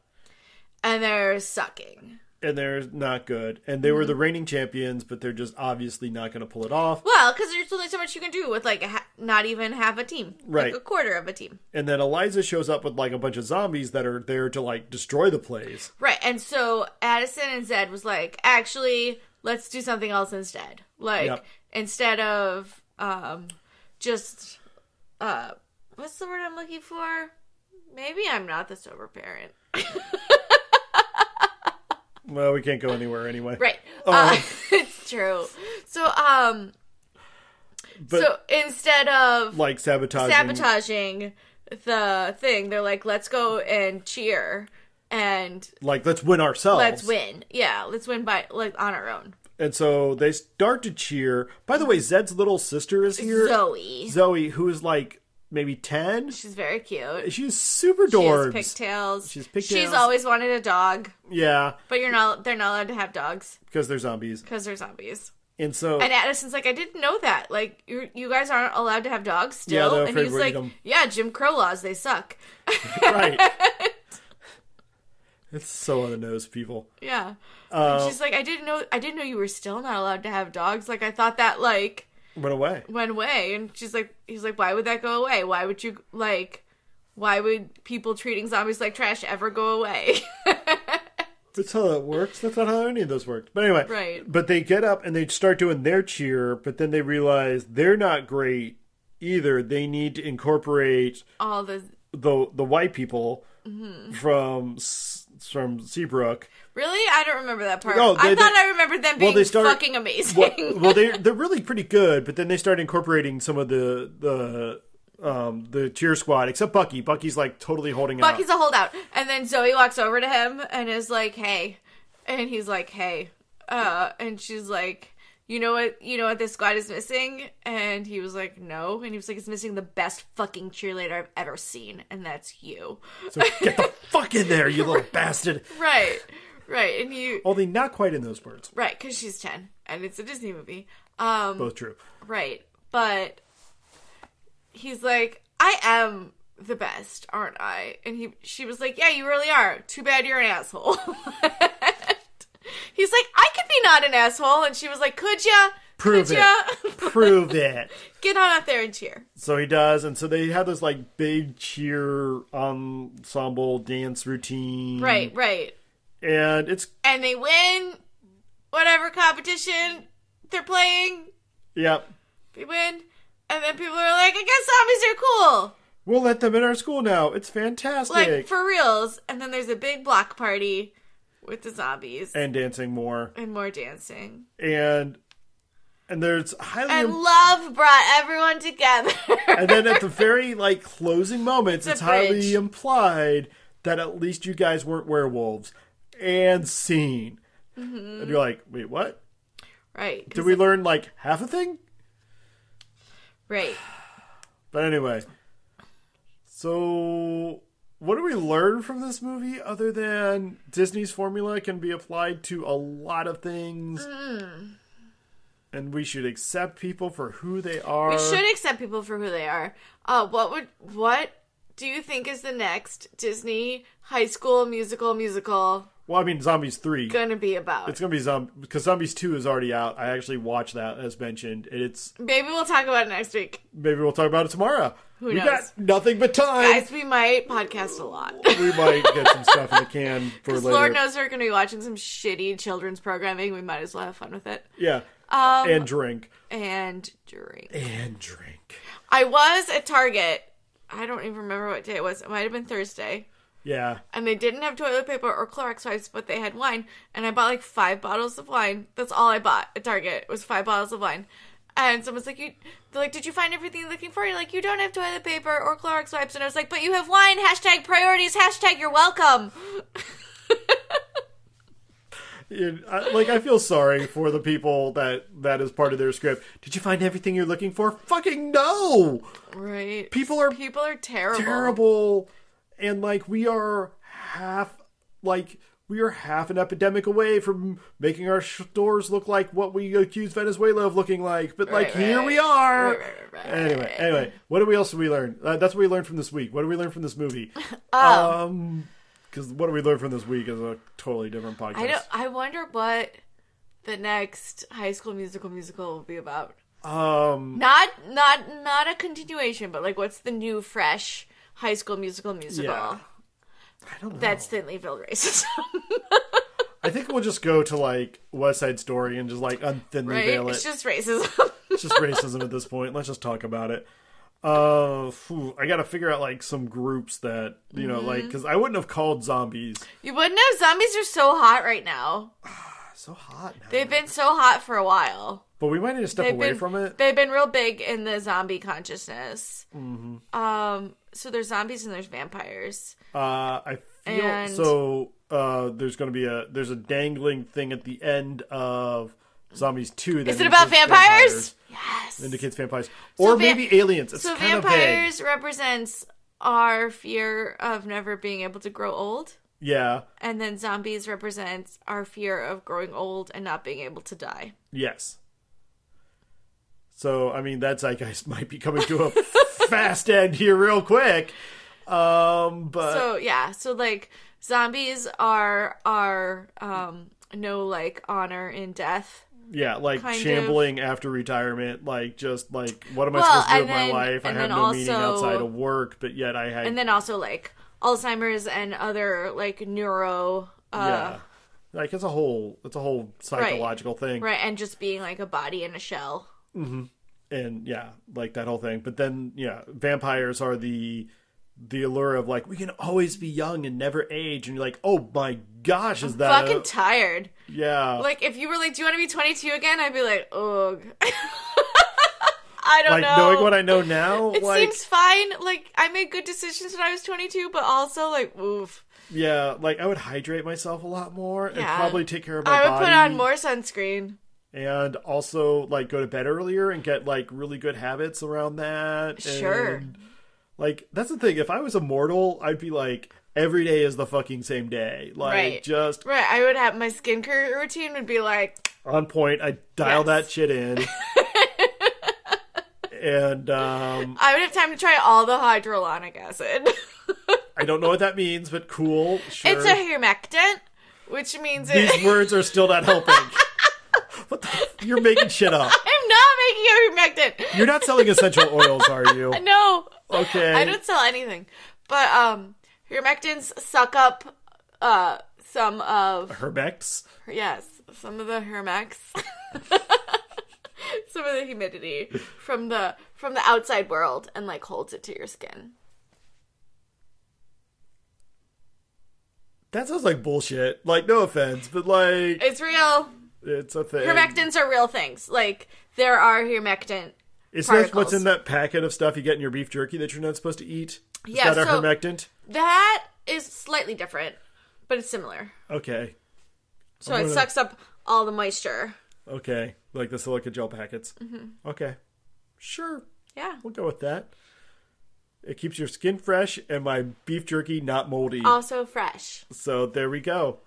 Speaker 2: and they're sucking.
Speaker 1: And they're not good. And they
Speaker 2: Mm-hmm.
Speaker 1: were the reigning champions, but they're just obviously not going to pull it off.
Speaker 2: Well, because there's only so much you can do with like a ha- not even half a team,
Speaker 1: Right.
Speaker 2: Like a quarter of a team.
Speaker 1: And then Eliza shows up with like a bunch of zombies that are there to like destroy the place.
Speaker 2: Right. And so Addison and Zed was like, actually, let's do something else instead. Like
Speaker 1: Yep.
Speaker 2: instead of um just uh what's the word I'm looking for? Maybe I'm not the sober parent.
Speaker 1: Well, we can't go anywhere anyway.
Speaker 2: Right.
Speaker 1: Oh.
Speaker 2: Uh, it's true. So um
Speaker 1: But
Speaker 2: so instead of
Speaker 1: like sabotaging.
Speaker 2: sabotaging the thing, they're like, let's go and cheer and
Speaker 1: Like, let's win ourselves.
Speaker 2: let's win. Yeah, let's win by like on our own.
Speaker 1: And so they start to cheer. By the way, Zed's little sister is here.
Speaker 2: Zoe.
Speaker 1: Zoe, who is like maybe 10.
Speaker 2: She's very cute.
Speaker 1: She's super
Speaker 2: She has
Speaker 1: dorms.
Speaker 2: pigtails.
Speaker 1: She has pigtails.
Speaker 2: She's always wanted a dog,
Speaker 1: yeah,
Speaker 2: but you're not. They're not allowed to have dogs
Speaker 1: because they're zombies.
Speaker 2: because they're zombies.
Speaker 1: And so
Speaker 2: And Addison's like, I didn't know that. Like, you you guys aren't allowed to have dogs
Speaker 1: Yeah,
Speaker 2: still.
Speaker 1: they're
Speaker 2: and
Speaker 1: afraid
Speaker 2: he's
Speaker 1: we'll eat
Speaker 2: like,
Speaker 1: 'em.
Speaker 2: Yeah, Jim Crow laws, they suck.
Speaker 1: right. It's so on the nose, people.
Speaker 2: Yeah.
Speaker 1: Uh,
Speaker 2: and she's like, I didn't know. I didn't know you were still not allowed to have dogs. Like, I thought that like
Speaker 1: Went away.
Speaker 2: went away. And she's like, he's like, why would that go away? Why would you like? Why would people treating zombies like trash ever go away?
Speaker 1: That's how that works. That's not how any of those worked. But anyway,
Speaker 2: Right.
Speaker 1: But they get up and they start doing their cheer, but then they realize they're not great either. They need to incorporate
Speaker 2: All the
Speaker 1: the the white people
Speaker 2: Mm-hmm.
Speaker 1: from S- from Seabrook.
Speaker 2: Really? I don't remember that part.
Speaker 1: Oh, they-
Speaker 2: I thought
Speaker 1: they-
Speaker 2: I remembered them
Speaker 1: well,
Speaker 2: being
Speaker 1: they start-
Speaker 2: fucking amazing.
Speaker 1: well, well, they they're really pretty good, but then they start incorporating some of the the um the cheer squad, except Bucky. Bucky's like totally holding
Speaker 2: Bucky's
Speaker 1: out.
Speaker 2: a holdout. And then Zoe walks over to him and is like, hey. And he's like, hey. Uh, and she's like, you know what? You know what this squad is missing? And he was like, no. And he was like, it's missing the best fucking cheerleader I've ever seen, and that's you.
Speaker 1: So get the fuck in there, you little bastard!
Speaker 2: Right, right. And you,
Speaker 1: Only not quite in those words.
Speaker 2: right, because she's ten, and it's a Disney movie. Um,
Speaker 1: Both true.
Speaker 2: Right. But he's like, I am the best, aren't I? And he she was like, Yeah, you really are. Too bad you're an asshole. he's like, I could be not an asshole. And she was like, Could ya?
Speaker 1: Prove
Speaker 2: Could
Speaker 1: it.
Speaker 2: ya?
Speaker 1: Prove it.
Speaker 2: Get on out there and cheer.
Speaker 1: So he does, and so they have this like big cheer ensemble dance routine.
Speaker 2: Right, right.
Speaker 1: And it's
Speaker 2: And they win whatever competition they're playing.
Speaker 1: yep.
Speaker 2: They win. And then people are like, I guess zombies are cool.
Speaker 1: We'll let them in our school now. It's fantastic.
Speaker 2: Like, for reals. And then there's a big block party with the zombies
Speaker 1: and dancing more.
Speaker 2: and more dancing.
Speaker 1: And and there's highly
Speaker 2: And love brought everyone together.
Speaker 1: Mm-hmm. and then at the very like closing moments, it's
Speaker 2: bridge.
Speaker 1: highly implied that at least you guys weren't werewolves. And scene.
Speaker 2: Mm-hmm.
Speaker 1: And you're like, wait, what?
Speaker 2: right. 'cause-
Speaker 1: Did we learn like half a thing?
Speaker 2: Right.
Speaker 1: But anyway, so what do we learn from this movie other than Disney's formula can be applied to a lot of things?
Speaker 2: Mm.
Speaker 1: And we should accept people for who they are.
Speaker 2: We should accept people for who they are. Uh, what would what do you think is the next Disney high school musical musical
Speaker 1: Well, I mean, Zombies 3.
Speaker 2: gonna be about?
Speaker 1: It's going to be Zombies, because Zombies 2 is already out. I actually watched that, as mentioned. And it's,
Speaker 2: Maybe we'll talk about it next week,
Speaker 1: maybe we'll talk about it tomorrow. we
Speaker 2: knows?
Speaker 1: got nothing but time.
Speaker 2: guys. We might podcast a lot.
Speaker 1: We might get some stuff in the can for later.
Speaker 2: Lord knows we're gonna be watching some shitty children's programming. We might as well have fun with it
Speaker 1: Yeah.
Speaker 2: Um,
Speaker 1: and drink.
Speaker 2: and drink.
Speaker 1: And drink.
Speaker 2: I was at Target. I don't even remember what day it was. It might have been Thursday.
Speaker 1: Yeah.
Speaker 2: and they didn't have toilet paper or Clorox wipes, but they had wine. And I bought like five bottles of wine. That's all I bought at Target was five bottles of wine. And someone's like, "You, they're like, did you find everything you're looking for?" You're like, "You don't have toilet paper or Clorox wipes." And I was like, "But you have wine." Hashtag priorities. Hashtag you're welcome.
Speaker 1: It- I, like I feel sorry for the people that that is part of their script. Did you find everything you're looking for? Fucking no.
Speaker 2: Right?
Speaker 1: People are
Speaker 2: people are terrible.
Speaker 1: terrible, and like we are half like we are half an epidemic away from making our stores look like what we accuse Venezuela of looking like. But like
Speaker 2: Right, right,
Speaker 1: here we
Speaker 2: right.
Speaker 1: are.
Speaker 2: Right, right, right, right.
Speaker 1: Anyway, anyway, what do we else did we learn? Uh, that's what we learned from this week. What do we learn from this movie? um, because what do we learn from this week is a totally different podcast.
Speaker 2: I don't. I wonder what the next High School Musical musical will be about.
Speaker 1: Um,
Speaker 2: not not not a continuation, but like what's the new fresh High School Musical musical
Speaker 1: Yeah. Oh. I don't know.
Speaker 2: that's thinly veiled racism?
Speaker 1: I think we'll just go to like West Side Story and just like unthinly
Speaker 2: right?
Speaker 1: veil it.
Speaker 2: It's just racism.
Speaker 1: It's just racism at this point. Let's just talk about it. Uh, phew, I got to figure out like some groups that you know,
Speaker 2: Mm-hmm.
Speaker 1: like because I wouldn't have called zombies
Speaker 2: you wouldn't know. Zombies are so hot right now.
Speaker 1: so hot. Now.
Speaker 2: They've been so hot for a while.
Speaker 1: but we might need to step
Speaker 2: They've
Speaker 1: away
Speaker 2: been
Speaker 1: from it.
Speaker 2: They've been real big in the zombie consciousness.
Speaker 1: Mm-hmm.
Speaker 2: Um, so there's zombies and there's vampires.
Speaker 1: Uh, I feel
Speaker 2: And-
Speaker 1: so. Uh, there's gonna be a there's a dangling thing at the end of Zombies Two. That
Speaker 2: Is it about
Speaker 1: indicates
Speaker 2: vampires? Yes.
Speaker 1: That Indicates vampires, or
Speaker 2: va-
Speaker 1: maybe aliens. It's
Speaker 2: so
Speaker 1: kind of vague.
Speaker 2: vampires represents our fear of never being able to grow old.
Speaker 1: Yeah.
Speaker 2: And then zombies represents our fear of growing old and not being able to die.
Speaker 1: Yes. So I mean that zeitgeist might be coming to a fast end here real quick. Um but
Speaker 2: so yeah, so like zombies are are um no like honor in death.
Speaker 1: yeah, like
Speaker 2: kind
Speaker 1: shambling after retirement, like just like what am I
Speaker 2: Well,
Speaker 1: supposed to do
Speaker 2: and
Speaker 1: with my
Speaker 2: then-
Speaker 1: life? I
Speaker 2: and
Speaker 1: have
Speaker 2: then
Speaker 1: no meaning
Speaker 2: also-
Speaker 1: outside of work, but yet I had
Speaker 2: And then also like Alzheimer's and other like neuro
Speaker 1: yeah.
Speaker 2: uh
Speaker 1: Like it's a whole it's a whole psychological thing.
Speaker 2: right and just being like a body in a shell.
Speaker 1: and yeah, like that whole thing. But then yeah, vampires are the the allure of like we can always be young and never age, and you're like, oh my gosh, is that
Speaker 2: Fucking
Speaker 1: a-
Speaker 2: tired.
Speaker 1: yeah?
Speaker 2: Like if you were like, Do you wanna be twenty two again? I'd be like, Ugh I
Speaker 1: like
Speaker 2: don't know.
Speaker 1: knowing what I know now,
Speaker 2: It
Speaker 1: like
Speaker 2: seems fine. Like I made good decisions when I was 22, but also like oof.
Speaker 1: yeah, like I would hydrate myself a lot more and
Speaker 2: Yeah.
Speaker 1: probably take care of my
Speaker 2: I would
Speaker 1: body.
Speaker 2: put on more sunscreen.
Speaker 1: and also like go to bed earlier and get like really good habits around that.
Speaker 2: Sure.
Speaker 1: And, like that's the thing. If I was immortal, I'd be like every day is the fucking same day. Like
Speaker 2: Right.
Speaker 1: just
Speaker 2: Right. I would have my skincare routine would be like
Speaker 1: on point. I dial
Speaker 2: Yes.
Speaker 1: that shit in. and um
Speaker 2: I would have time to try all the hyaluronic acid.
Speaker 1: I don't know what that means, but cool. Sure.
Speaker 2: It's a humectant, which means it
Speaker 1: These words are still not helping. What the? f- You're making shit up.
Speaker 2: I'm not making a humectant.
Speaker 1: You're not selling essential oils, are you?
Speaker 2: No.
Speaker 1: Okay.
Speaker 2: I don't sell anything. But um humectants suck up uh some of
Speaker 1: Herbex.
Speaker 2: yes, some of the hermex. some of the humidity from the from the outside world and like holds it to your skin.
Speaker 1: That sounds like bullshit. Like, no offense, but like,
Speaker 2: It's real.
Speaker 1: it's a thing.
Speaker 2: Humectants are real things. Like there are humectant
Speaker 1: Is that what's
Speaker 2: particles.
Speaker 1: in that packet of stuff you get in your beef jerky that you're not supposed to eat? Is
Speaker 2: Yeah,
Speaker 1: that a
Speaker 2: so-
Speaker 1: hermectant?
Speaker 2: That is slightly different, but it's similar.
Speaker 1: Okay.
Speaker 2: So
Speaker 1: I'm
Speaker 2: it
Speaker 1: gonna-
Speaker 2: sucks up all the moisture.
Speaker 1: Okay. Like the silica gel packets.
Speaker 2: Mm-hmm.
Speaker 1: Okay. Sure.
Speaker 2: Yeah.
Speaker 1: We'll go with that. It keeps your skin fresh and my beef jerky not moldy.
Speaker 2: Also fresh,
Speaker 1: so there we go.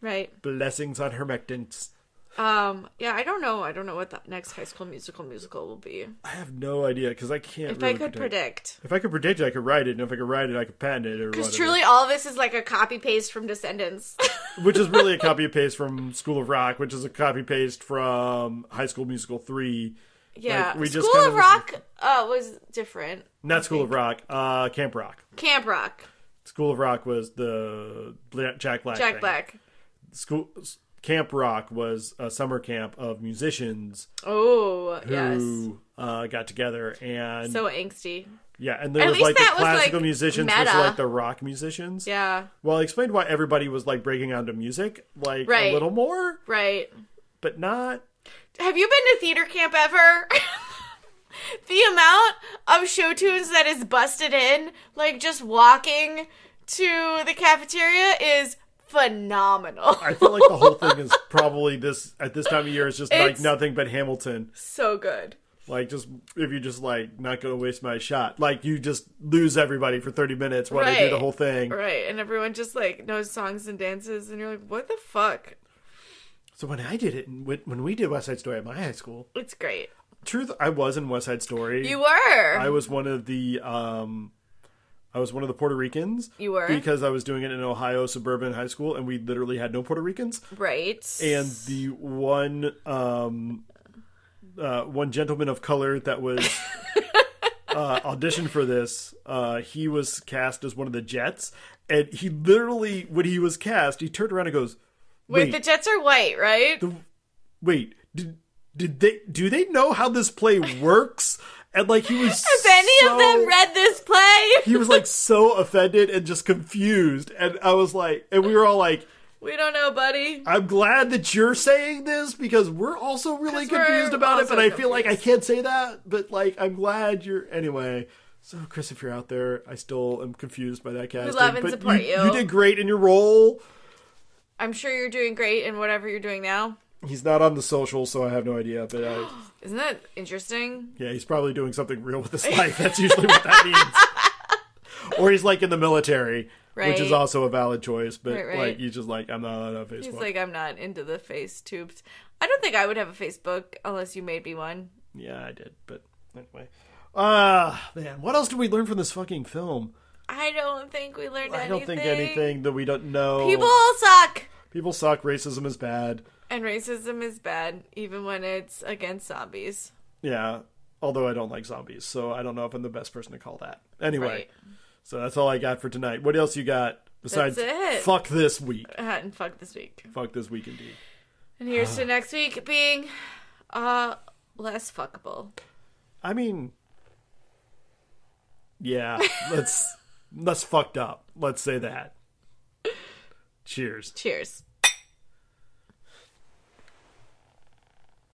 Speaker 2: right?
Speaker 1: Blessings on hermectants.
Speaker 2: Um, yeah, I don't know. I don't know what the next High School Musical musical will be.
Speaker 1: I have no idea because I can't.
Speaker 2: If
Speaker 1: really
Speaker 2: I could predict,
Speaker 1: If I could predict it, I could write it, and if I could write it, I could patent it, or
Speaker 2: because
Speaker 1: whatever.
Speaker 2: truly all of this is like a copy paste from Descendants.
Speaker 1: which is really a copy and paste from School of Rock, which is a copy paste from High School Musical three.
Speaker 2: yeah,
Speaker 1: Like, we just
Speaker 2: School
Speaker 1: kinda
Speaker 2: of
Speaker 1: was-
Speaker 2: Rock uh, was different.
Speaker 1: Not School of Rock, uh, Camp Rock.
Speaker 2: Camp Rock,
Speaker 1: School of Rock was the Bla- Jack Black.
Speaker 2: Jack
Speaker 1: thing.
Speaker 2: Black.
Speaker 1: School Camp Rock was a summer camp of musicians
Speaker 2: Oh yes,
Speaker 1: who uh, got together and
Speaker 2: so angsty.
Speaker 1: yeah, and there
Speaker 2: At
Speaker 1: was
Speaker 2: least
Speaker 1: like the
Speaker 2: that was, like,
Speaker 1: classical musicians versus
Speaker 2: meta.
Speaker 1: like the rock musicians.
Speaker 2: Yeah,
Speaker 1: Well, I explained why everybody was like breaking onto music like a
Speaker 2: Right.
Speaker 1: little more,
Speaker 2: right.
Speaker 1: but not
Speaker 2: Have you been to theater camp ever? the amount of show tunes that is busted in, like just walking to the cafeteria, is phenomenal.
Speaker 1: I feel like the whole thing is probably this at this time of year is just like
Speaker 2: It's-
Speaker 1: nothing but Hamilton.
Speaker 2: so good.
Speaker 1: Like just if you just like not gonna waste my shot, like you just lose everybody for thirty minutes while they do the
Speaker 2: Right.
Speaker 1: whole thing.
Speaker 2: Right, and everyone just like knows songs and dances, and you're like, what the fuck?
Speaker 1: So when I did it, and when when we did West Side Story at my high school,
Speaker 2: It's great.
Speaker 1: truth, I was in West Side Story.
Speaker 2: You were.
Speaker 1: I was one of the um, I was one of the Puerto Ricans.
Speaker 2: You were?
Speaker 1: because I was doing it in Ohio suburban high school, and we literally had no Puerto Ricans.
Speaker 2: right.
Speaker 1: and the one um uh one gentleman of color that was uh auditioned for this uh he was cast as one of the jets and he literally when he was cast he turned around and goes
Speaker 2: Wait,
Speaker 1: wait
Speaker 2: the Jets are white, right?
Speaker 1: wait did did they do they know how this play works and like he was
Speaker 2: Have any
Speaker 1: so,
Speaker 2: of them read this play?
Speaker 1: he was like so offended and just confused and i was like and we were all like
Speaker 2: we don't know, buddy.
Speaker 1: I'm glad that you're saying this because we're also really
Speaker 2: 'Cause we're
Speaker 1: confused about it,
Speaker 2: also
Speaker 1: but I feel like I can't say that. But like, I'm glad you're anyway. So, Chris, if you're out there, I still am confused by that casting.
Speaker 2: love and
Speaker 1: but
Speaker 2: support
Speaker 1: you.
Speaker 2: you.
Speaker 1: did great in your role.
Speaker 2: I'm sure you're doing great in whatever you're doing now.
Speaker 1: He's not on the social, so I have no idea. But I,
Speaker 2: Isn't that interesting?
Speaker 1: yeah, he's probably doing something real with his life. That's usually what that means. or he's like in the military, which is
Speaker 2: Right.
Speaker 1: also a valid choice. But
Speaker 2: Right, right.
Speaker 1: like, he's just like, I'm not on Facebook.
Speaker 2: He's like, I'm not into the face tubes. I don't think I would have a Facebook unless you made me one.
Speaker 1: Yeah, I did, but anyway. Ah, man, what else did we learn from this fucking film?
Speaker 2: I don't think we learned
Speaker 1: I
Speaker 2: anything.
Speaker 1: don't think anything that we don't know.
Speaker 2: People suck,
Speaker 1: People suck. Racism is bad.
Speaker 2: and racism is bad, even when it's against zombies.
Speaker 1: Yeah, although I don't like zombies, so I don't know if I'm the best person to call that. Anyway,
Speaker 2: Right.
Speaker 1: so that's all I got for tonight. What else you got besides
Speaker 2: That's it.
Speaker 1: fuck this week?
Speaker 2: Uh, and fuck this week.
Speaker 1: Fuck this week indeed.
Speaker 2: And here's to next week being uh less fuckable.
Speaker 1: I mean, yeah, let's let's fucked up. Let's say that. Cheers.
Speaker 2: Cheers.